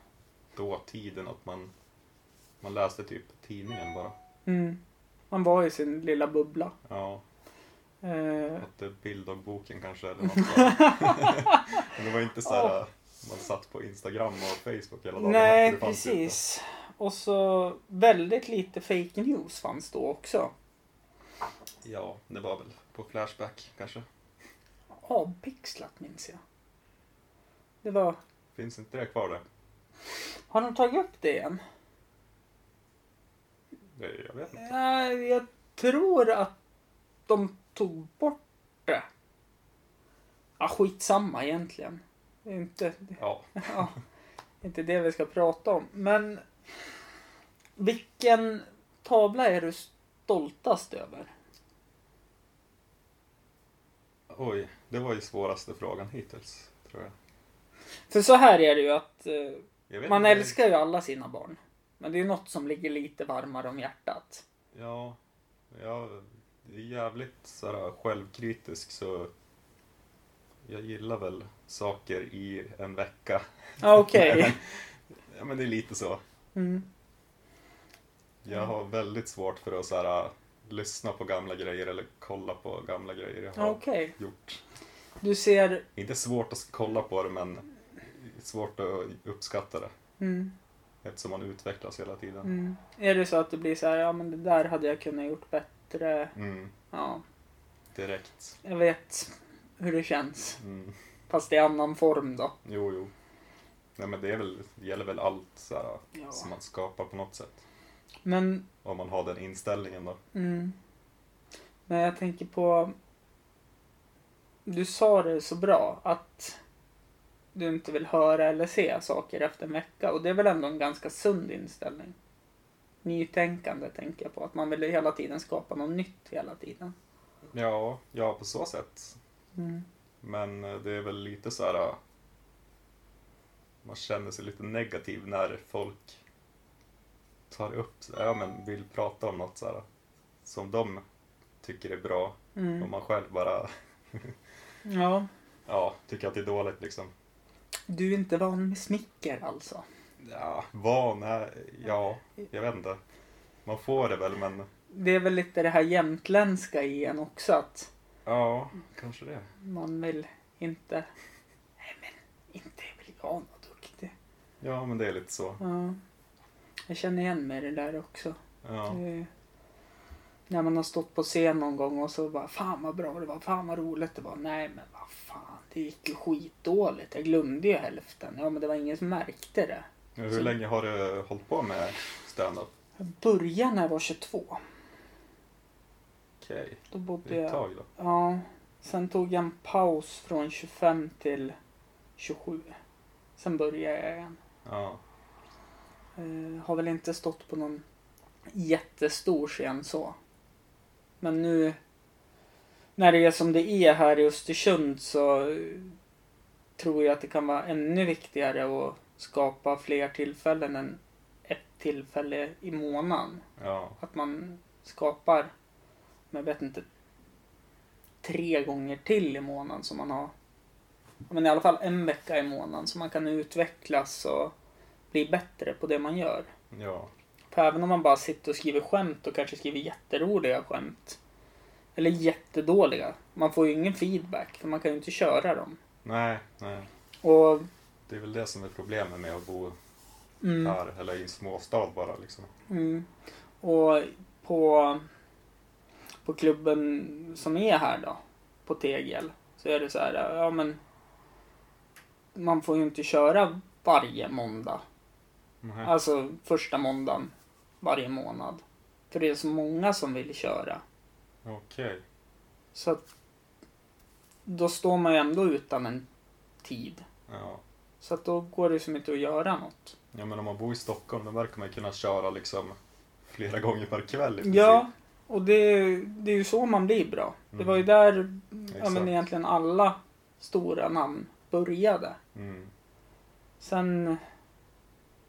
[SPEAKER 1] dåtiden att man, man läste typ tidningen bara.
[SPEAKER 2] mm, man var i sin lilla bubbla.
[SPEAKER 1] Ja,
[SPEAKER 2] Eh,
[SPEAKER 1] att eh, bilddagboken kanske eller något sånt. Men det var inte så här, man satt på Instagram och Facebook hela dagen.
[SPEAKER 2] nej,
[SPEAKER 1] Det fanns ju
[SPEAKER 2] precis. Och så väldigt lite fake news fanns då också.
[SPEAKER 1] inte. Ja, det var väl på Flashback kanske.
[SPEAKER 2] Avpixlat minns jag. Det var...
[SPEAKER 1] Finns inte det kvar där?
[SPEAKER 2] Har de tagit upp det igen?
[SPEAKER 1] Det- Jag vet inte.
[SPEAKER 2] Nej, Eh, jag tror att de tog bort det. Ja, skitsamma egentligen. Det är inte,
[SPEAKER 1] Ja,
[SPEAKER 2] ja, inte det vi ska prata om. Men vilken tavla är du stoltast över?
[SPEAKER 1] oj, det var ju svåraste frågan hittills tror jag.
[SPEAKER 2] För så här är det ju att eh,
[SPEAKER 1] jag vet
[SPEAKER 2] man
[SPEAKER 1] inte.
[SPEAKER 2] älskar ju alla sina barn. Men det är ju något som ligger lite varmare om hjärtat.
[SPEAKER 1] Ja, jag är jävligt sådär självkritisk så jag gillar väl saker i en vecka.
[SPEAKER 2] Ja, Okej.
[SPEAKER 1] Ja men det är lite så.
[SPEAKER 2] Mm.
[SPEAKER 1] Jag har väldigt svårt för att såhär, lyssna på gamla grejer eller kolla på gamla grejer jag har
[SPEAKER 2] Okej.
[SPEAKER 1] gjort.
[SPEAKER 2] Du ser...
[SPEAKER 1] Inte svårt att kolla på det men svårt att uppskatta det
[SPEAKER 2] Mm.
[SPEAKER 1] eftersom man utvecklas hela tiden.
[SPEAKER 2] Mm. Är det så att det blir så här, ja men det där hade jag kunnat gjort bättre.
[SPEAKER 1] Mm,
[SPEAKER 2] Ja,
[SPEAKER 1] direkt.
[SPEAKER 2] jag vet hur det känns.
[SPEAKER 1] Mm.
[SPEAKER 2] Fast i annan form då.
[SPEAKER 1] Jo, jo. Nej men det, är väl, det gäller väl allt såhär,
[SPEAKER 2] Ja.
[SPEAKER 1] som man skapar på något sätt.
[SPEAKER 2] Men,
[SPEAKER 1] Om man har den inställningen då.
[SPEAKER 2] mm. men jag tänker på... Du sa det så bra att du inte vill höra eller se saker efter en vecka. Och det är väl ändå en ganska sund inställning. Nytänkande tänker jag på. Att man vill hela tiden skapa något nytt hela tiden.
[SPEAKER 1] Ja, ja på så sätt.
[SPEAKER 2] Mm.
[SPEAKER 1] Men eh, det är väl lite så här. eh, Man känner sig lite negativ när folk tar upp, ja men vill prata om något så här som de tycker är bra och
[SPEAKER 2] Mm.
[SPEAKER 1] man själv bara,
[SPEAKER 2] Ja,
[SPEAKER 1] ja, tycker att det är dåligt liksom.
[SPEAKER 2] du är inte van med smicker alltså.
[SPEAKER 1] Ja, vana, ja, jag vet inte. Man får det väl men,
[SPEAKER 2] Det är väl lite det här jämtländska i en också att
[SPEAKER 1] ja, kanske det.
[SPEAKER 2] man vill inte... Nej men, inte är väl jag något duktig.
[SPEAKER 1] Ja, men det är lite så.
[SPEAKER 2] Ja. Jag känner igen mig i det där också.
[SPEAKER 1] Ja,
[SPEAKER 2] Det är- När man har stått på scen någon gång och så bara fan vad bra det var, fan vad roligt det var. Nej men vad fan, Det gick ju skitdåligt. Jag glömde ju hälften. Ja, men det var ingen som märkte det.
[SPEAKER 1] Hur
[SPEAKER 2] Så-
[SPEAKER 1] länge har du hållit på med stand-up?
[SPEAKER 2] Jag började när jag var 22.
[SPEAKER 1] Okej,
[SPEAKER 2] Då bodde
[SPEAKER 1] det är ett
[SPEAKER 2] jag...
[SPEAKER 1] tag då.
[SPEAKER 2] Ja. Sen tog jag en paus från 25 till 27. Sen började jag igen.
[SPEAKER 1] Ja.
[SPEAKER 2] Eh, har väl inte stått på någon jättestor scen så. Men nu när det är som det är här i Östersund så eh, tror jag att det kan vara ännu viktigare att skapa fler tillfällen än ett tillfälle i månaden.
[SPEAKER 1] ja.
[SPEAKER 2] Att man skapar, men jag vet inte, tre gånger till i månaden som man har. ja, Men i alla fall en vecka i månaden så man kan utvecklas och bli bättre på det man gör.
[SPEAKER 1] Ja.
[SPEAKER 2] För även om man bara sitter och skriver skämt och kanske skriver jätteroliga skämt. Eller jättedåliga. Man får ju ingen feedback för man kan ju inte köra dem.
[SPEAKER 1] Nej, nej.
[SPEAKER 2] Och
[SPEAKER 1] Det är väl det som är problemet med att bo
[SPEAKER 2] mm,
[SPEAKER 1] här eller i en småstad bara liksom.
[SPEAKER 2] Mm. Och på, på klubben som är här då, på Tegel, så är det så här, ja men man får ju inte köra varje måndag.
[SPEAKER 1] Nej.
[SPEAKER 2] Alltså första måndagen varje månad. För det är så många som vill köra.
[SPEAKER 1] Okej.
[SPEAKER 2] Så att då står man ju ändå utan en tid.
[SPEAKER 1] Ja.
[SPEAKER 2] Så att då går det som inte att göra något.
[SPEAKER 1] ja, men om man bor i Stockholm då verkar man ju kunna köra liksom flera gånger per kväll i princip.
[SPEAKER 2] Ja, och det, det är ju så man blir bra. Det
[SPEAKER 1] Mm.
[SPEAKER 2] var ju där ja,
[SPEAKER 1] Exakt.
[SPEAKER 2] men egentligen alla stora namn började.
[SPEAKER 1] Mm.
[SPEAKER 2] Sen är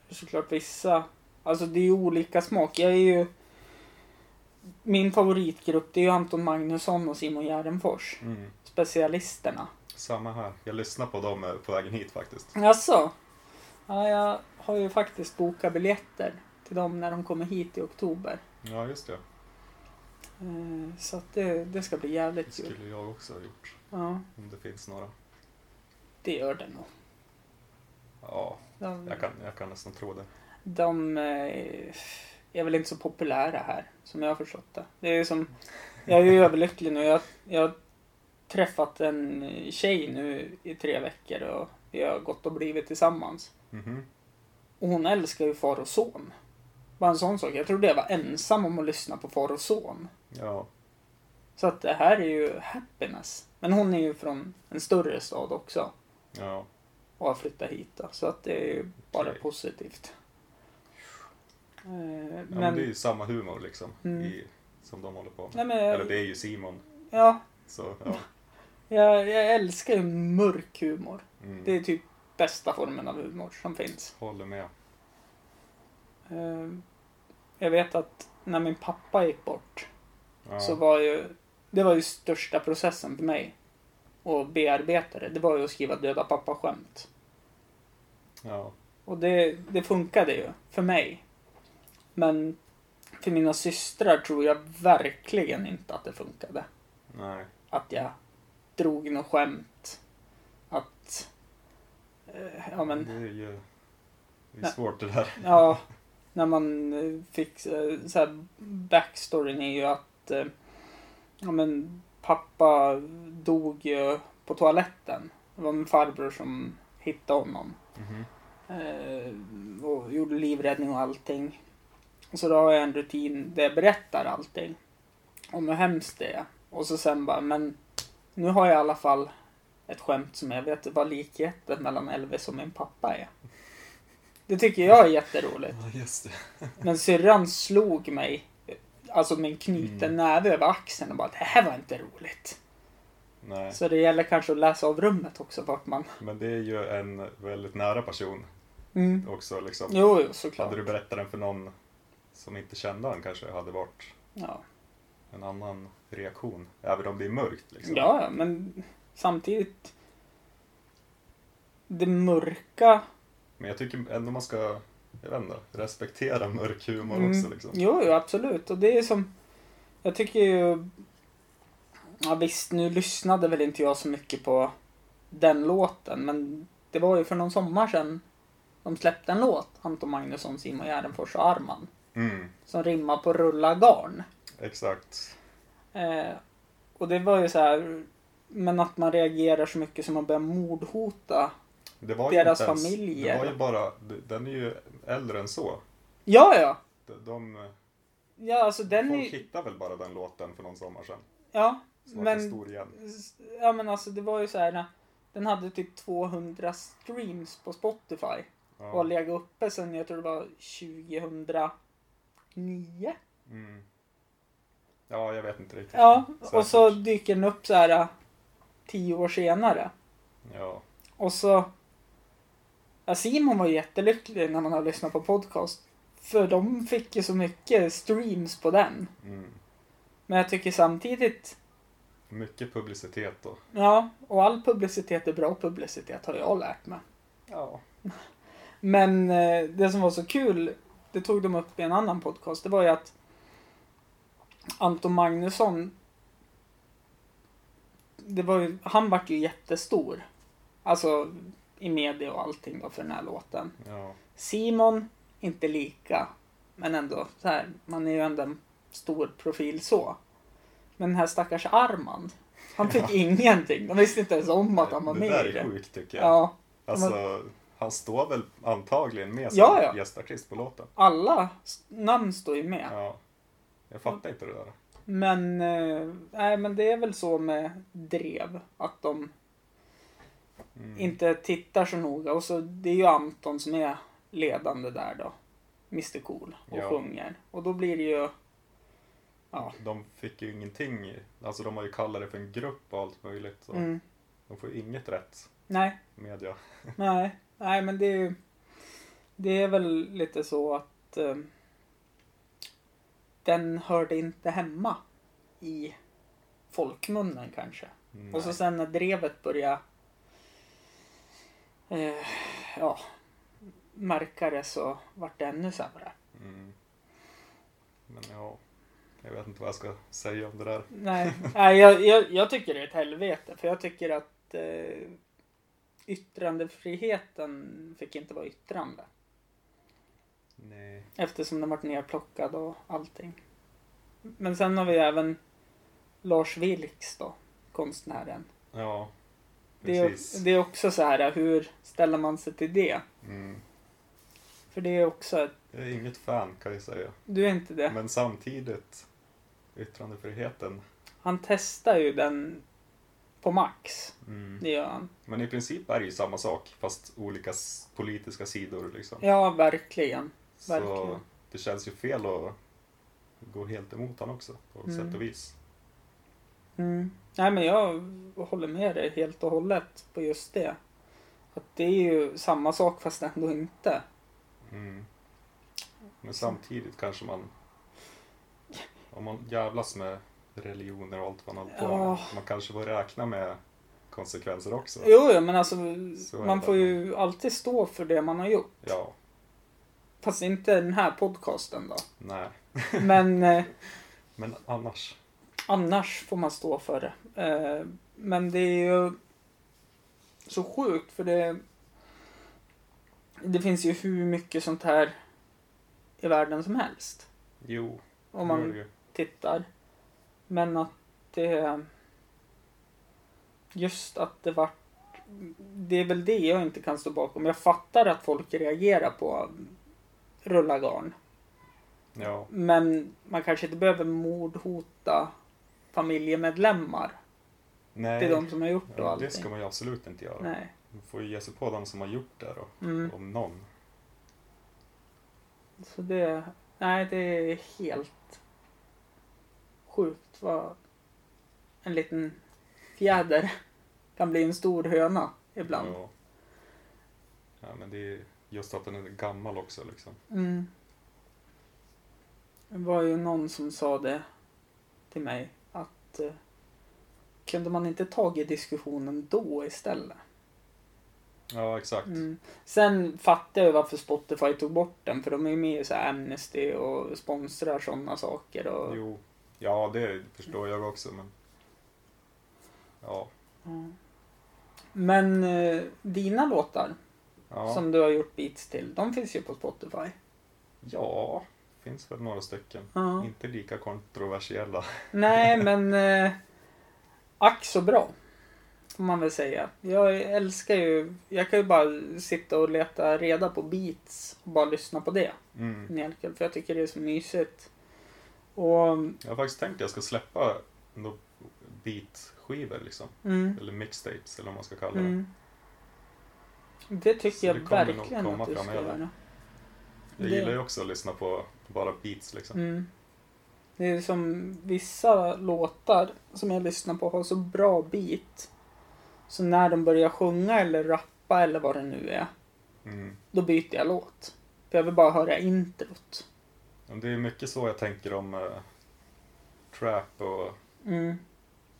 [SPEAKER 2] det såklart vissa, alltså det är ju olika smak. Jag är ju, min favoritgrupp det är ju Anton Magnusson och Simon Gärdenfors.
[SPEAKER 1] Mm.
[SPEAKER 2] Specialisterna.
[SPEAKER 1] Samma här. Jag lyssnar på dem eh, på vägen hit faktiskt.
[SPEAKER 2] Alltså, ja, jag har ju faktiskt bokat biljetter till dem när de kommer hit i oktober.
[SPEAKER 1] Ja, just det.
[SPEAKER 2] Eh, Så att det, det ska bli
[SPEAKER 1] Det
[SPEAKER 2] jävligt kul.
[SPEAKER 1] skulle jag också ha gjort.
[SPEAKER 2] Ja,
[SPEAKER 1] Om det finns några.
[SPEAKER 2] det gör det nog.
[SPEAKER 1] Ja,
[SPEAKER 2] De-
[SPEAKER 1] jag kan, jag kan nästan tro det.
[SPEAKER 2] De eh, är väl inte så populära här, som jag har förstått det. det är ju som, jag är ju överlycklig nu. Jag, jag har träffat en tjej nu i tre veckor och vi har gått och blivit tillsammans.
[SPEAKER 1] Mhm.
[SPEAKER 2] Och hon älskar ju far och son. Bara en sån sak. Jag trodde jag var ensam om att lyssna på far och son.
[SPEAKER 1] Ja.
[SPEAKER 2] Så att det här är ju happiness. Men hon är ju från en större stad också
[SPEAKER 1] Ja.
[SPEAKER 2] och har flyttat hit. Då, så att det är ju bara
[SPEAKER 1] Okej.
[SPEAKER 2] positivt. Eh, men,
[SPEAKER 1] Ja, men det är ju samma humor liksom
[SPEAKER 2] Mm.
[SPEAKER 1] i, som de håller på med.
[SPEAKER 2] nej, men jag,
[SPEAKER 1] Eller det är ju Simon.
[SPEAKER 2] ja,
[SPEAKER 1] Så, ja.
[SPEAKER 2] Jag, jag älskar ju mörk humor.
[SPEAKER 1] Mm.
[SPEAKER 2] Det är typ bästa formen av humor som finns.
[SPEAKER 1] Håller med.
[SPEAKER 2] Eh, Jag vet att när min pappa gick bort
[SPEAKER 1] Ja.
[SPEAKER 2] så var ju det var ju största processen för mig och bearbeta det. Det var ju att skriva döda pappa-skämt.
[SPEAKER 1] ja.
[SPEAKER 2] Och det, det funkade ju för mig. Men för mina systrar tror jag verkligen inte att det funkade.
[SPEAKER 1] Nej.
[SPEAKER 2] att jag drog något skämt. Att... Eh, ja, men...
[SPEAKER 1] Det är ju det är
[SPEAKER 2] Nej.
[SPEAKER 1] svårt det där.
[SPEAKER 2] Ja, när man eh, fick... eh, Så här, backstoryn är ju att... Eh, ja, men pappa dog ju på toaletten. Det var min farbror som hittade honom.
[SPEAKER 1] Mhm.
[SPEAKER 2] Eh, och gjorde livräddning och allting. Och så då har jag en rutin där jag berättar allting. Om hur hemskt det är. Och så sen bara, men nu har jag i alla fall ett skämt som jag vet vad likheten mellan Elvis och min pappa är. Det tycker jag är jätteroligt.
[SPEAKER 1] Ja, just det.
[SPEAKER 2] Men syrran slog mig, alltså med en knuten
[SPEAKER 1] Mm.
[SPEAKER 2] näve över axeln och bara, det här var inte roligt.
[SPEAKER 1] Nej.
[SPEAKER 2] Så det gäller kanske att läsa av rummet också vart man...
[SPEAKER 1] Men det är ju en väldigt nära person
[SPEAKER 2] Mm.
[SPEAKER 1] också liksom.
[SPEAKER 2] Jo, jo, såklart.
[SPEAKER 1] Hade du berättat den för någon som inte kände han kanske hade varit
[SPEAKER 2] Ja.
[SPEAKER 1] en annan reaktion. Även om det är mörkt liksom.
[SPEAKER 2] Ja, ja, men samtidigt. Det mörka.
[SPEAKER 1] Men jag tycker ändå man ska, jag vet inte, respektera mörk humor
[SPEAKER 2] Mm.
[SPEAKER 1] också liksom.
[SPEAKER 2] Jo, jo, absolut. Och det är som. Jag tycker ju. Ja, visst, nu lyssnade väl inte jag så mycket på den låten, men det var ju för någon sommar sedan de släppte en låt, Anton Magnusson, Simon Gärdenfors och Arman,
[SPEAKER 1] Mm,
[SPEAKER 2] som rimmar på rulla garn.
[SPEAKER 1] exakt.
[SPEAKER 2] Eh, och det var ju så här. Men att man reagerar så mycket som man börjar mordhota.
[SPEAKER 1] Det var
[SPEAKER 2] Deras
[SPEAKER 1] ju inte ens,
[SPEAKER 2] familjer.
[SPEAKER 1] Det var ju bara, d- den är ju äldre än så.
[SPEAKER 2] Ja, ja.
[SPEAKER 1] De, de,
[SPEAKER 2] Ja, alltså den
[SPEAKER 1] folk
[SPEAKER 2] är
[SPEAKER 1] hittade väl bara den låten för någon sommar sedan.
[SPEAKER 2] Ja,
[SPEAKER 1] Som men...
[SPEAKER 2] men...
[SPEAKER 1] stor igen.
[SPEAKER 2] Ja, men alltså det var ju så här. Den hade typ 200 streams på Spotify. Och har
[SPEAKER 1] Ja.
[SPEAKER 2] legat uppe sen jag tror det var 2009.
[SPEAKER 1] Mm. ja, jag vet inte riktigt.
[SPEAKER 2] Ja, och
[SPEAKER 1] Säkert.
[SPEAKER 2] så dyker den upp så här äh, tio år senare.
[SPEAKER 1] Ja.
[SPEAKER 2] Och så... Ja, Simon var ju jättelycklig när man har lyssnat på podcast. För de fick ju så mycket streams på den.
[SPEAKER 1] Mm.
[SPEAKER 2] Men jag tycker samtidigt...
[SPEAKER 1] Mycket publicitet då.
[SPEAKER 2] Ja, och all publicitet är bra publicitet har jag lärt mig.
[SPEAKER 1] Ja.
[SPEAKER 2] Men eh, det som var så kul, det tog de upp i en annan podcast, det var ju att Anton Magnusson, det var ju, han vart ju jättestor. Alltså i media och allting då för den här låten.
[SPEAKER 1] ja.
[SPEAKER 2] Simon, inte lika. Men ändå, så här, man är ju ändå en stor profil så. Men den här stackars Armand, han fick ingenting. De visste inte ens om att han var
[SPEAKER 1] det
[SPEAKER 2] med
[SPEAKER 1] där
[SPEAKER 2] i
[SPEAKER 1] är
[SPEAKER 2] det.
[SPEAKER 1] sjukt tycker jag.
[SPEAKER 2] Ja,
[SPEAKER 1] Alltså, han står väl antagligen med som
[SPEAKER 2] Ja, ja.
[SPEAKER 1] gästartist på låten.
[SPEAKER 2] alla s- namn står ju med.
[SPEAKER 1] Ja. Jag fattar inte det där.
[SPEAKER 2] Men, eh, nej, men det är väl så med drev. Att de
[SPEAKER 1] Mm.
[SPEAKER 2] inte tittar så noga. Och så det är ju Anton som är ledande där då. Mr Cool. Och
[SPEAKER 1] Ja.
[SPEAKER 2] sjunger. Och då blir det ju... Ja.
[SPEAKER 1] De fick ju ingenting, alltså de har ju kallat det för en grupp och allt möjligt. Så
[SPEAKER 2] Mm.
[SPEAKER 1] De får ju inget rätt,
[SPEAKER 2] Nej,
[SPEAKER 1] media.
[SPEAKER 2] nej, nej men det är ju... Det är väl lite så att... Eh, den hörde inte hemma i folkmunnen kanske.
[SPEAKER 1] Nej.
[SPEAKER 2] Och så sen när drevet började eh, ja, märka det så vart det ännu sämre.
[SPEAKER 1] Mm. Men ja, jag vet inte vad jag ska säga om det där.
[SPEAKER 2] Nej, nej jag, jag, jag tycker det är ett helvete för jag tycker att eh, yttrandefriheten fick inte vara yttrande
[SPEAKER 1] Nej.
[SPEAKER 2] eftersom den vart nerplockad och allting. Men sen har vi även Lars Vilks då, konstnären.
[SPEAKER 1] Ja,
[SPEAKER 2] Det är,
[SPEAKER 1] precis.
[SPEAKER 2] det är också så här, hur ställer man sig till det?
[SPEAKER 1] Mm.
[SPEAKER 2] För det är också ett,
[SPEAKER 1] Jag är inget fan kan jag säga.
[SPEAKER 2] du är inte det?
[SPEAKER 1] Men samtidigt, yttrandefriheten.
[SPEAKER 2] Han testar ju den på max.
[SPEAKER 1] Mm.
[SPEAKER 2] Det gör han.
[SPEAKER 1] Men i princip är det ju samma sak, fast olika s- politiska sidor liksom.
[SPEAKER 2] Ja, verkligen.
[SPEAKER 1] Så
[SPEAKER 2] verkligen.
[SPEAKER 1] det känns ju fel att gå helt emot han också, på
[SPEAKER 2] Mm.
[SPEAKER 1] sätt och vis.
[SPEAKER 2] Mm. Nej, men jag håller med dig helt och hållet på just det. Att det är ju samma sak fast ändå inte.
[SPEAKER 1] Mm. Men samtidigt kanske man... Om man jävlas med religioner och allt man håller på med.
[SPEAKER 2] Ja.
[SPEAKER 1] Man kanske får räkna med konsekvenser också.
[SPEAKER 2] Jo, jo, men alltså
[SPEAKER 1] Så är
[SPEAKER 2] man
[SPEAKER 1] det.
[SPEAKER 2] får ju alltid stå för det man har gjort.
[SPEAKER 1] Ja,
[SPEAKER 2] Fast inte den här podcasten då.
[SPEAKER 1] nej.
[SPEAKER 2] Men eh,
[SPEAKER 1] Men annars.
[SPEAKER 2] annars får man stå för det. Eh, men det är ju så sjukt för det det finns ju hur mycket sånt här i världen som helst.
[SPEAKER 1] Jo,
[SPEAKER 2] Om
[SPEAKER 1] det gör
[SPEAKER 2] man
[SPEAKER 1] det ju.
[SPEAKER 2] tittar. Men att det just att det vart det är väl det jag inte kan stå bakom. Jag fattar att folk reagerar på rulla garn.
[SPEAKER 1] Ja,
[SPEAKER 2] Men man kanske inte behöver mordhota familjemedlemmar.
[SPEAKER 1] nej.
[SPEAKER 2] Det är de som har gjort det och
[SPEAKER 1] ja, det ska
[SPEAKER 2] allting.
[SPEAKER 1] man ju absolut inte göra.
[SPEAKER 2] Nej.
[SPEAKER 1] Man får ju ge sig på de som har gjort det då.
[SPEAKER 2] Mm.
[SPEAKER 1] Om någon.
[SPEAKER 2] Så det... Nej, det är helt sjukt vad en liten fjäder kan bli en stor höna ibland.
[SPEAKER 1] Ja. ja, men det är just att den är gammal också liksom.
[SPEAKER 2] Mm. Det var ju någon som sa det till mig att eh, kunde man inte tagit diskussionen då istället?
[SPEAKER 1] Ja, exakt.
[SPEAKER 2] Mm. Sen fattar jag varför Spotify tog bort den för de är ju med i så här Amnesty och sponsrar sådana saker. Och...
[SPEAKER 1] Jo, ja det förstår jag också men... Ja.
[SPEAKER 2] Mm. Men eh, dina låtar
[SPEAKER 1] Ja,
[SPEAKER 2] som du har gjort beats till, de finns ju på Spotify.
[SPEAKER 1] ja finns väl några stycken.
[SPEAKER 2] Ja.
[SPEAKER 1] Inte lika kontroversiella.
[SPEAKER 2] Nej, men eh, ack så bra. Får man väl säga. Jag älskar ju, jag kan ju bara sitta och leta reda på beats och bara lyssna på det.
[SPEAKER 1] Mm.
[SPEAKER 2] En hel kväll, för jag tycker det är så mysigt. Och,
[SPEAKER 1] Jag har faktiskt tänkt att jag ska släppa några beatskivor liksom.
[SPEAKER 2] mm,
[SPEAKER 1] Eller mixtapes eller vad man ska kalla det.
[SPEAKER 2] mm. Det tycker
[SPEAKER 1] Så
[SPEAKER 2] jag
[SPEAKER 1] det kommer nog
[SPEAKER 2] verkligen
[SPEAKER 1] komma
[SPEAKER 2] att du ska
[SPEAKER 1] framöver.
[SPEAKER 2] göra.
[SPEAKER 1] Jag
[SPEAKER 2] Det-
[SPEAKER 1] gillar ju också att lyssna på bara beats liksom.
[SPEAKER 2] Mm. Det är som vissa låtar som jag lyssnar på har så bra beat. Så när de börjar sjunga eller rappa eller vad det nu är,
[SPEAKER 1] Mm.
[SPEAKER 2] då byter jag låt. För jag vill bara höra introt.
[SPEAKER 1] Men Det är mycket så jag tänker om eh, trap och
[SPEAKER 2] Mm.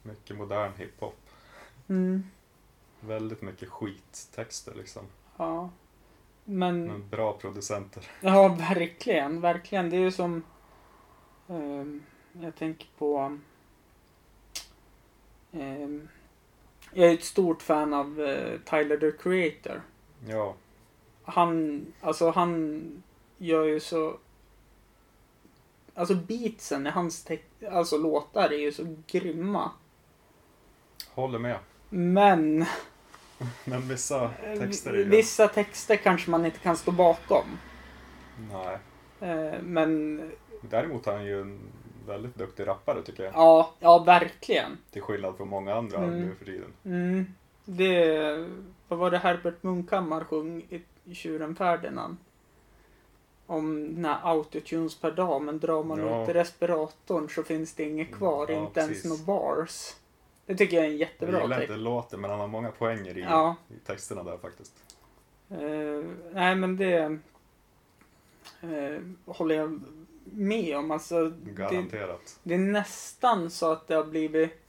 [SPEAKER 1] mycket modern hiphop.
[SPEAKER 2] Mm.
[SPEAKER 1] Väldigt mycket skittexter liksom.
[SPEAKER 2] Ja. Men,
[SPEAKER 1] Men bra producenter.
[SPEAKER 2] ja verkligen, verkligen. Det är ju som, ehm, jag tänker på, ehm, jag är ett stort fan av eh, Tyler the Creator.
[SPEAKER 1] Ja,
[SPEAKER 2] han, alltså han gör ju så... Alltså beatsen i hans te- alltså låtar är ju så grymma.
[SPEAKER 1] håller med.
[SPEAKER 2] Men
[SPEAKER 1] Men vissa
[SPEAKER 2] Eh,
[SPEAKER 1] texter är ju...
[SPEAKER 2] vissa texter kanske man inte kan stå bakom.
[SPEAKER 1] Nej.
[SPEAKER 2] Eh, Men
[SPEAKER 1] Däremot är han ju en väldigt duktig rappare tycker jag.
[SPEAKER 2] ja, ja verkligen.
[SPEAKER 1] Till skillnad från många andra
[SPEAKER 2] Mm.
[SPEAKER 1] nu för tiden.
[SPEAKER 2] Mm. Det, vad var det Herbert Munkhammar sjöng i- i Tjuren Ferdinand? Om när autotunes per dag, men drar man
[SPEAKER 1] Ja.
[SPEAKER 2] ut respiratorn så finns det inget kvar,
[SPEAKER 1] Ja,
[SPEAKER 2] inte ens
[SPEAKER 1] precis.
[SPEAKER 2] några bars. Det tycker jag är en
[SPEAKER 1] Jag
[SPEAKER 2] jättebra
[SPEAKER 1] gillar inte
[SPEAKER 2] text.
[SPEAKER 1] låten men han har många poänger i,
[SPEAKER 2] Ja.
[SPEAKER 1] i texterna där faktiskt.
[SPEAKER 2] Eh, nej men det eh, håller jag med om. Alltså, det,
[SPEAKER 1] Garanterat.
[SPEAKER 2] Det är nästan så att det har blivit...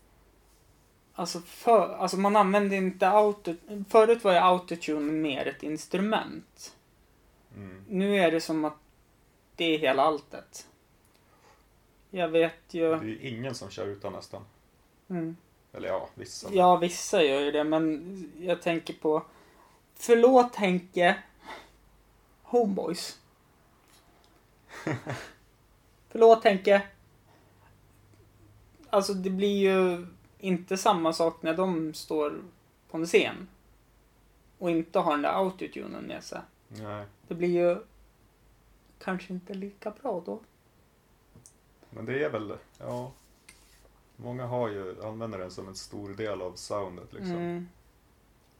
[SPEAKER 2] Alltså, för, alltså man använder inte auto... Förut var ju autotune mer ett instrument.
[SPEAKER 1] Mm.
[SPEAKER 2] Nu är det som att det är hela alltet. Jag vet
[SPEAKER 1] Det
[SPEAKER 2] ju...
[SPEAKER 1] är ju ingen som kör utan nästan.
[SPEAKER 2] Mm.
[SPEAKER 1] Eller ja, vissa.
[SPEAKER 2] Ja, vissa gör ju det, men jag tänker på... Förlåt Henke. Homeboys. Förlåt Henke. Alltså det blir ju inte samma sak när de står på en scen. Och inte har den där autotunen med sig.
[SPEAKER 1] Nej.
[SPEAKER 2] Det blir ju kanske inte lika bra då.
[SPEAKER 1] Men det är väl, ja. Många har ju, använder den som en stor del av soundet liksom.
[SPEAKER 2] Mm,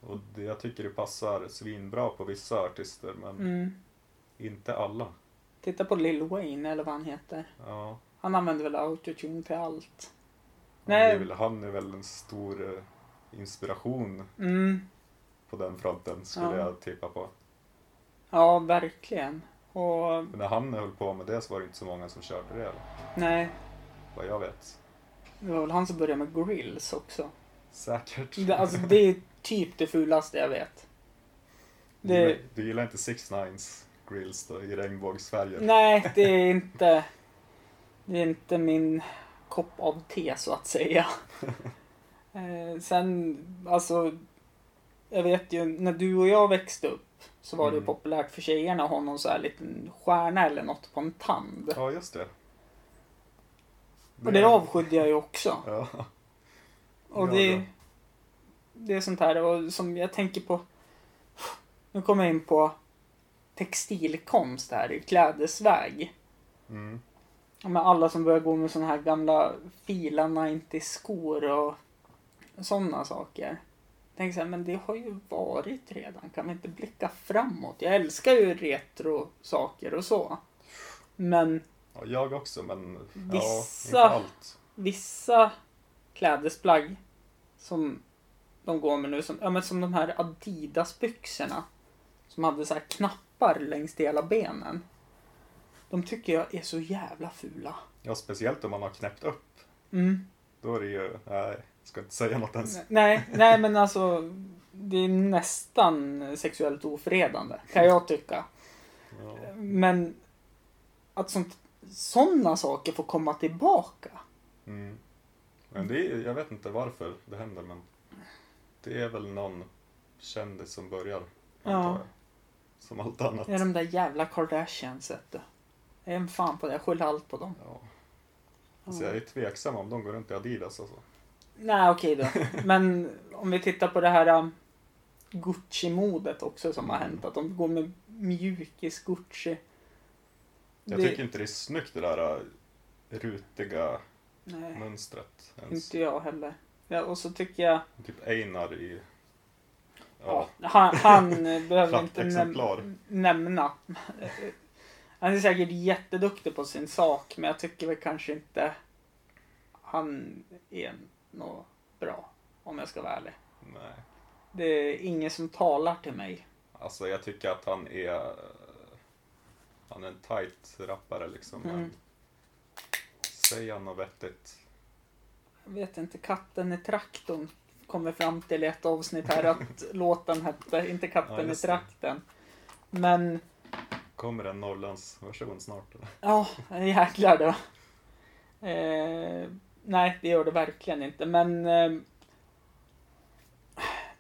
[SPEAKER 1] Och det, jag tycker det passar svinbra på vissa artister men
[SPEAKER 2] mm.
[SPEAKER 1] inte alla.
[SPEAKER 2] Titta på Lil Wayne eller vad han heter.
[SPEAKER 1] Ja.
[SPEAKER 2] Han använder väl autotune till allt.
[SPEAKER 1] Nej.
[SPEAKER 2] Nej.
[SPEAKER 1] Är väl, han är väl en stor eh, inspiration
[SPEAKER 2] Mm.
[SPEAKER 1] på den fronten skulle
[SPEAKER 2] Ja.
[SPEAKER 1] jag tippa på.
[SPEAKER 2] Ja, verkligen. Och
[SPEAKER 1] Men när han höll på med det så var det inte så många som körde det eller?
[SPEAKER 2] nej,
[SPEAKER 1] vad jag vet.
[SPEAKER 2] det var väl han som började med grills också.
[SPEAKER 1] Säkert.
[SPEAKER 2] Det, alltså det är typ det fulaste jag vet.
[SPEAKER 1] du,
[SPEAKER 2] det-
[SPEAKER 1] gillar, du gillar inte Six Nines grills då i regnbågsfärger?
[SPEAKER 2] Nej, det är inte... Det är inte min kopp av te så att säga. Eh, sen, alltså... Jag vet ju, när du och jag växte upp så var det ju
[SPEAKER 1] Mm.
[SPEAKER 2] populärt för tjejerna att ha någon så här liten stjärna eller något på en tand.
[SPEAKER 1] Ja, just det.
[SPEAKER 2] Och det avskydde jag ju också.
[SPEAKER 1] Ja.
[SPEAKER 2] Och
[SPEAKER 1] Ja,
[SPEAKER 2] det,
[SPEAKER 1] då.
[SPEAKER 2] det är sånt här och som jag tänker på. Nu kommer jag in på textilkonst här i klädesväg.
[SPEAKER 1] Mm.
[SPEAKER 2] Ja, men alla som börjar gå med såna här gamla filarna inte i skor och sådana saker. Tänk så här, men det har ju varit redan. Kan vi inte blicka framåt? Jag älskar ju retro saker och så. Men
[SPEAKER 1] Ja, jag också, men
[SPEAKER 2] Vissa-
[SPEAKER 1] ja, inte allt.
[SPEAKER 2] vissa klädesplagg som de går med nu, som, ja, men som de här Adidas-byxorna som hade så här knappar längs hela benen. De tycker jag är så jävla fula.
[SPEAKER 1] Ja, speciellt om man har knäppt upp.
[SPEAKER 2] Mm.
[SPEAKER 1] Då är det ju, nej, jag ska inte säga något ens.
[SPEAKER 2] Nej, nej, men alltså det är nästan sexuellt ofredande kan jag tycka.
[SPEAKER 1] Ja.
[SPEAKER 2] Men att sånt, sådana saker får komma tillbaka.
[SPEAKER 1] Mm. Men det är, jag vet inte varför det händer, men det är väl någon kändis som börjar,
[SPEAKER 2] Ja.
[SPEAKER 1] antar jag. Som allt annat.
[SPEAKER 2] Det är de där jävla Kardashians vet du. Jag är en fan på det, jag skyller allt på dem.
[SPEAKER 1] Ja. Alltså jag är tveksam om de går runt i Adidas alltså.
[SPEAKER 2] Nej, okej då. Men om vi tittar på det här um, Gucci-modet också som har hänt. Att de går med mjukis-Gucci.
[SPEAKER 1] Jag
[SPEAKER 2] Det-
[SPEAKER 1] tycker inte det är snyggt det där äh, rutiga
[SPEAKER 2] Nej,
[SPEAKER 1] mönstret ens.
[SPEAKER 2] Äh. inte jag heller. Ja, och så tycker jag...
[SPEAKER 1] Typ Einar i...
[SPEAKER 2] Ja,
[SPEAKER 1] Ja,
[SPEAKER 2] han, han eh, behöver inte
[SPEAKER 1] Praktexemplar.
[SPEAKER 2] näm- nämna. Han är säkert jätteduktig på sin sak men jag tycker väl kanske inte han är något bra. Om jag ska vara ärlig.
[SPEAKER 1] nej.
[SPEAKER 2] Det är ingen som talar till mig.
[SPEAKER 1] Alltså jag tycker att han är... eh, Han är en tight rappare liksom.
[SPEAKER 2] Mm.
[SPEAKER 1] Men säger han något vettigt?
[SPEAKER 2] Jag vet inte, katten i traktorn kommer fram till i ett avsnitt här att låten hette, inte
[SPEAKER 1] Ja,
[SPEAKER 2] katten i
[SPEAKER 1] just det.
[SPEAKER 2] trakten. Men
[SPEAKER 1] Kommer en Norrlandsversion snart eller?
[SPEAKER 2] Ja, jäklar då. Eh, nej, det gör det verkligen inte. Men eh,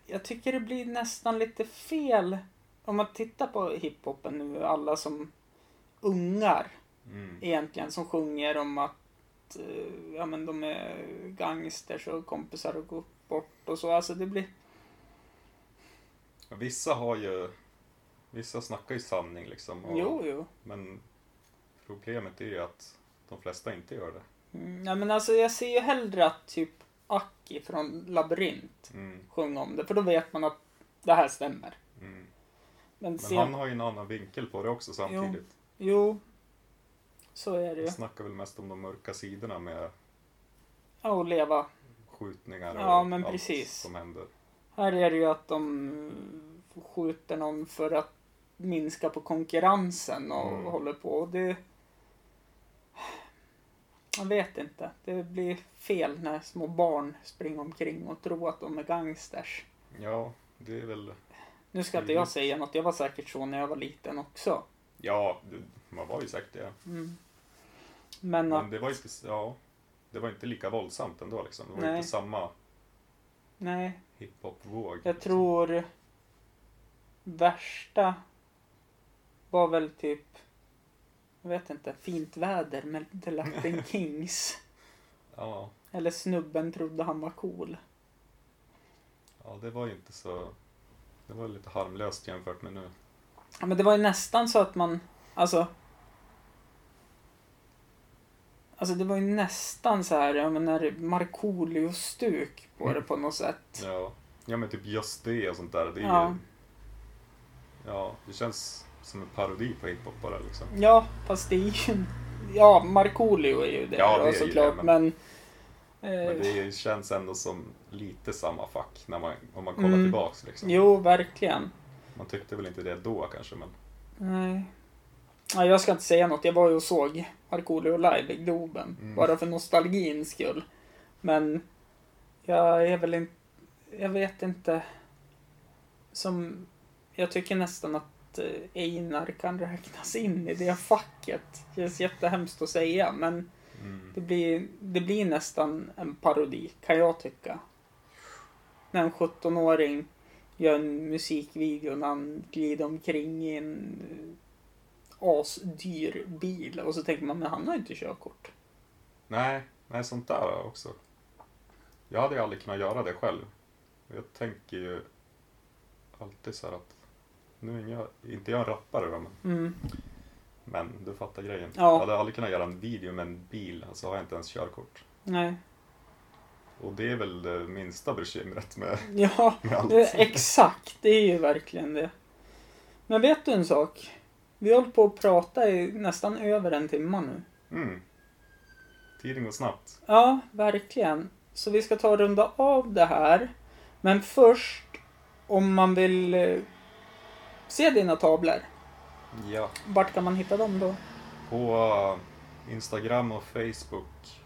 [SPEAKER 2] jag tycker det blir nästan lite fel om man tittar på hiphopen nu, alla som ungar
[SPEAKER 1] Mm.
[SPEAKER 2] egentligen som sjunger om att eh, ja, men de är gangsters och kompisar och går bort och så. Alltså det blir...
[SPEAKER 1] Vissa har ju... Vissa snackar ju sanning liksom. och-
[SPEAKER 2] Jo, jo.
[SPEAKER 1] Men problemet är ju att de flesta inte gör det.
[SPEAKER 2] Mm, ja, men alltså jag ser ju hellre att typ Aki från Labyrint
[SPEAKER 1] Mm.
[SPEAKER 2] sjunga om det för då vet man att det här stämmer.
[SPEAKER 1] Mm.
[SPEAKER 2] Men,
[SPEAKER 1] Men
[SPEAKER 2] sen...
[SPEAKER 1] han har ju en annan vinkel på det också samtidigt.
[SPEAKER 2] Jo, så är det ju.
[SPEAKER 1] Han snackar väl mest om de mörka sidorna med
[SPEAKER 2] Ja, och leva.
[SPEAKER 1] skjutningar och
[SPEAKER 2] Ja, men
[SPEAKER 1] allt
[SPEAKER 2] precis.
[SPEAKER 1] som händer.
[SPEAKER 2] Här är det ju att de skjuter någon för att minska på konkurrensen och
[SPEAKER 1] Mm.
[SPEAKER 2] håller på. Och det... Jag vet inte. Det blir fel när små barn springer omkring och tror att de är gangsters.
[SPEAKER 1] Ja, det är väl...
[SPEAKER 2] Nu ska inte jag säga något. Jag var säkert så när jag var liten också.
[SPEAKER 1] Ja, det, man var ju säkert det.
[SPEAKER 2] Mm. Men att...
[SPEAKER 1] Men det var ju inte, ja, det var inte lika våldsamt ändå liksom. Det var ju
[SPEAKER 2] Nej.
[SPEAKER 1] inte samma
[SPEAKER 2] Nej,
[SPEAKER 1] hiphop-våg. liksom.
[SPEAKER 2] Jag tror värsta var väl typ, jag vet inte, fint väder med The Latin Kings.
[SPEAKER 1] Ja,
[SPEAKER 2] Eller snubben trodde han var cool.
[SPEAKER 1] ja, det var ju inte så... Det var lite harmlöst jämfört med nu.
[SPEAKER 2] Ja, men det var ju nästan så att man, alltså. Alltså det var ju nästan så här, jag menar Markoolio-stuk
[SPEAKER 1] Mm.
[SPEAKER 2] på det på något sätt.
[SPEAKER 1] Ja, ja men typ just det och sånt där. Det är ja.
[SPEAKER 2] Ja.
[SPEAKER 1] ju... Ja, det känns som en parodi på hiphop bara liksom.
[SPEAKER 2] Ja, fast det är ju, ja Markoolio är ju det,
[SPEAKER 1] Ja,
[SPEAKER 2] då,
[SPEAKER 1] det är ju
[SPEAKER 2] såklart,
[SPEAKER 1] det,
[SPEAKER 2] men.
[SPEAKER 1] Men
[SPEAKER 2] eh,
[SPEAKER 1] det är- känns ändå som lite samma fack när man, om man kollar
[SPEAKER 2] Mm.
[SPEAKER 1] tillbaks liksom.
[SPEAKER 2] Jo, verkligen.
[SPEAKER 1] Man tyckte väl inte det då kanske men...
[SPEAKER 2] Nej. Nej, jag ska inte säga något. Jag var ju och såg Markoolio live i Globen.
[SPEAKER 1] Mm.
[SPEAKER 2] Bara för nostalgins skull. Men jag är väl inte... Jag vet inte. Som... Jag tycker nästan att eh, Einar kan räknas in i det facket. Det känns jättehemskt att säga, men
[SPEAKER 1] Mm.
[SPEAKER 2] det blir, det blir nästan en parodi, kan jag tycka. När en 17-åring gör en musikvideo när han glider omkring i en eh, asdyr bil och så tänker man men han har ju inte körkort.
[SPEAKER 1] Nej, nej sånt där också. Jag hade ju aldrig kunnat göra det själv. Jag tänker ju alltid så här att nu är jag inte jag en rappare då, men,
[SPEAKER 2] Mm.
[SPEAKER 1] men du fattar grejen.
[SPEAKER 2] Ja.
[SPEAKER 1] Jag hade aldrig kunnat göra en video med en bil, alltså har jag inte ens körkort.
[SPEAKER 2] Nej.
[SPEAKER 1] Och det är väl det minsta bekymret med,
[SPEAKER 2] Ja,
[SPEAKER 1] med allt.
[SPEAKER 2] eh, exakt. Det är ju verkligen det. Men vet du en sak? Vi har hållit på att prata i nästan över en timme nu.
[SPEAKER 1] Mm. Tiden går snabbt.
[SPEAKER 2] Ja, verkligen. Så vi ska ta och runda av det här. Men först, om man vill eh, se dina tavlor,
[SPEAKER 1] Ja.
[SPEAKER 2] vart kan man hitta dem då?
[SPEAKER 1] På eh, Instagram och Facebook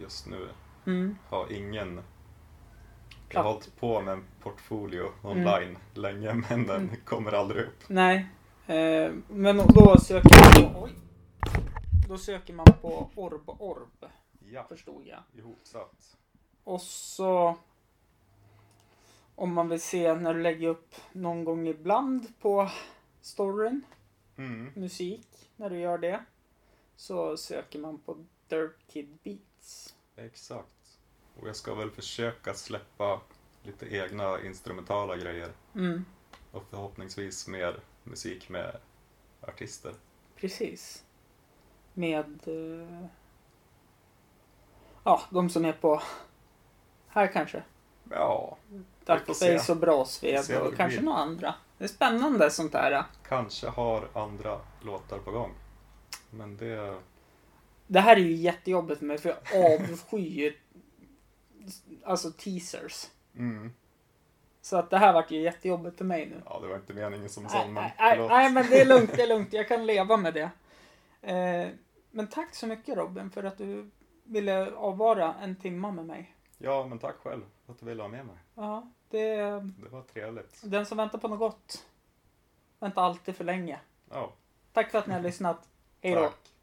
[SPEAKER 1] just nu
[SPEAKER 2] Mm.
[SPEAKER 1] har ingen Jag
[SPEAKER 2] Platt.
[SPEAKER 1] har hållit på med en portfolio
[SPEAKER 2] Mm.
[SPEAKER 1] online länge men den kommer aldrig upp.
[SPEAKER 2] Nej, eh, men då söker man på... Oj. Då söker man på Orb Orb,
[SPEAKER 1] Ja,
[SPEAKER 2] förstod jag.
[SPEAKER 1] ihopsatt.
[SPEAKER 2] Och så... Om man vill se när du lägger upp någon gång ibland på storyn.
[SPEAKER 1] Mm.
[SPEAKER 2] musik när du gör det så söker man på Dirt Kid Beats.
[SPEAKER 1] Exakt. Och jag ska väl försöka släppa lite egna instrumentala grejer
[SPEAKER 2] Mm,
[SPEAKER 1] och förhoppningsvis mer musik med artister.
[SPEAKER 2] precis. Med... eh, Ja, de som är på... Här kanske.
[SPEAKER 1] Ja, Vi får se.
[SPEAKER 2] Duckface och
[SPEAKER 1] Se
[SPEAKER 2] Brasved
[SPEAKER 1] vad
[SPEAKER 2] och
[SPEAKER 1] det
[SPEAKER 2] kanske
[SPEAKER 1] blir.
[SPEAKER 2] några andra. Det är spännande sånt där.
[SPEAKER 1] kanske har andra låtar på gång. Men det...
[SPEAKER 2] Det här är ju jättejobbigt för mig för jag avskyr alltså teasers.
[SPEAKER 1] Mm.
[SPEAKER 2] Så att det här vart ju jättejobbigt för mig nu.
[SPEAKER 1] Ja, det var inte meningen som
[SPEAKER 2] Nej,
[SPEAKER 1] sån, men
[SPEAKER 2] nej, nej,
[SPEAKER 1] förlåt.
[SPEAKER 2] nej, men det är lugnt, det är lugnt. Jag kan leva med det. Eh, men tack så mycket Robin för att du ville avvara en timma med mig.
[SPEAKER 1] Ja, men tack själv för att du ville ha med mig.
[SPEAKER 2] Ja, det,
[SPEAKER 1] Det var trevligt.
[SPEAKER 2] den som väntar på något gott väntar alltid för länge.
[SPEAKER 1] Ja,
[SPEAKER 2] Tack för att ni har lyssnat. Hej då.
[SPEAKER 1] tack.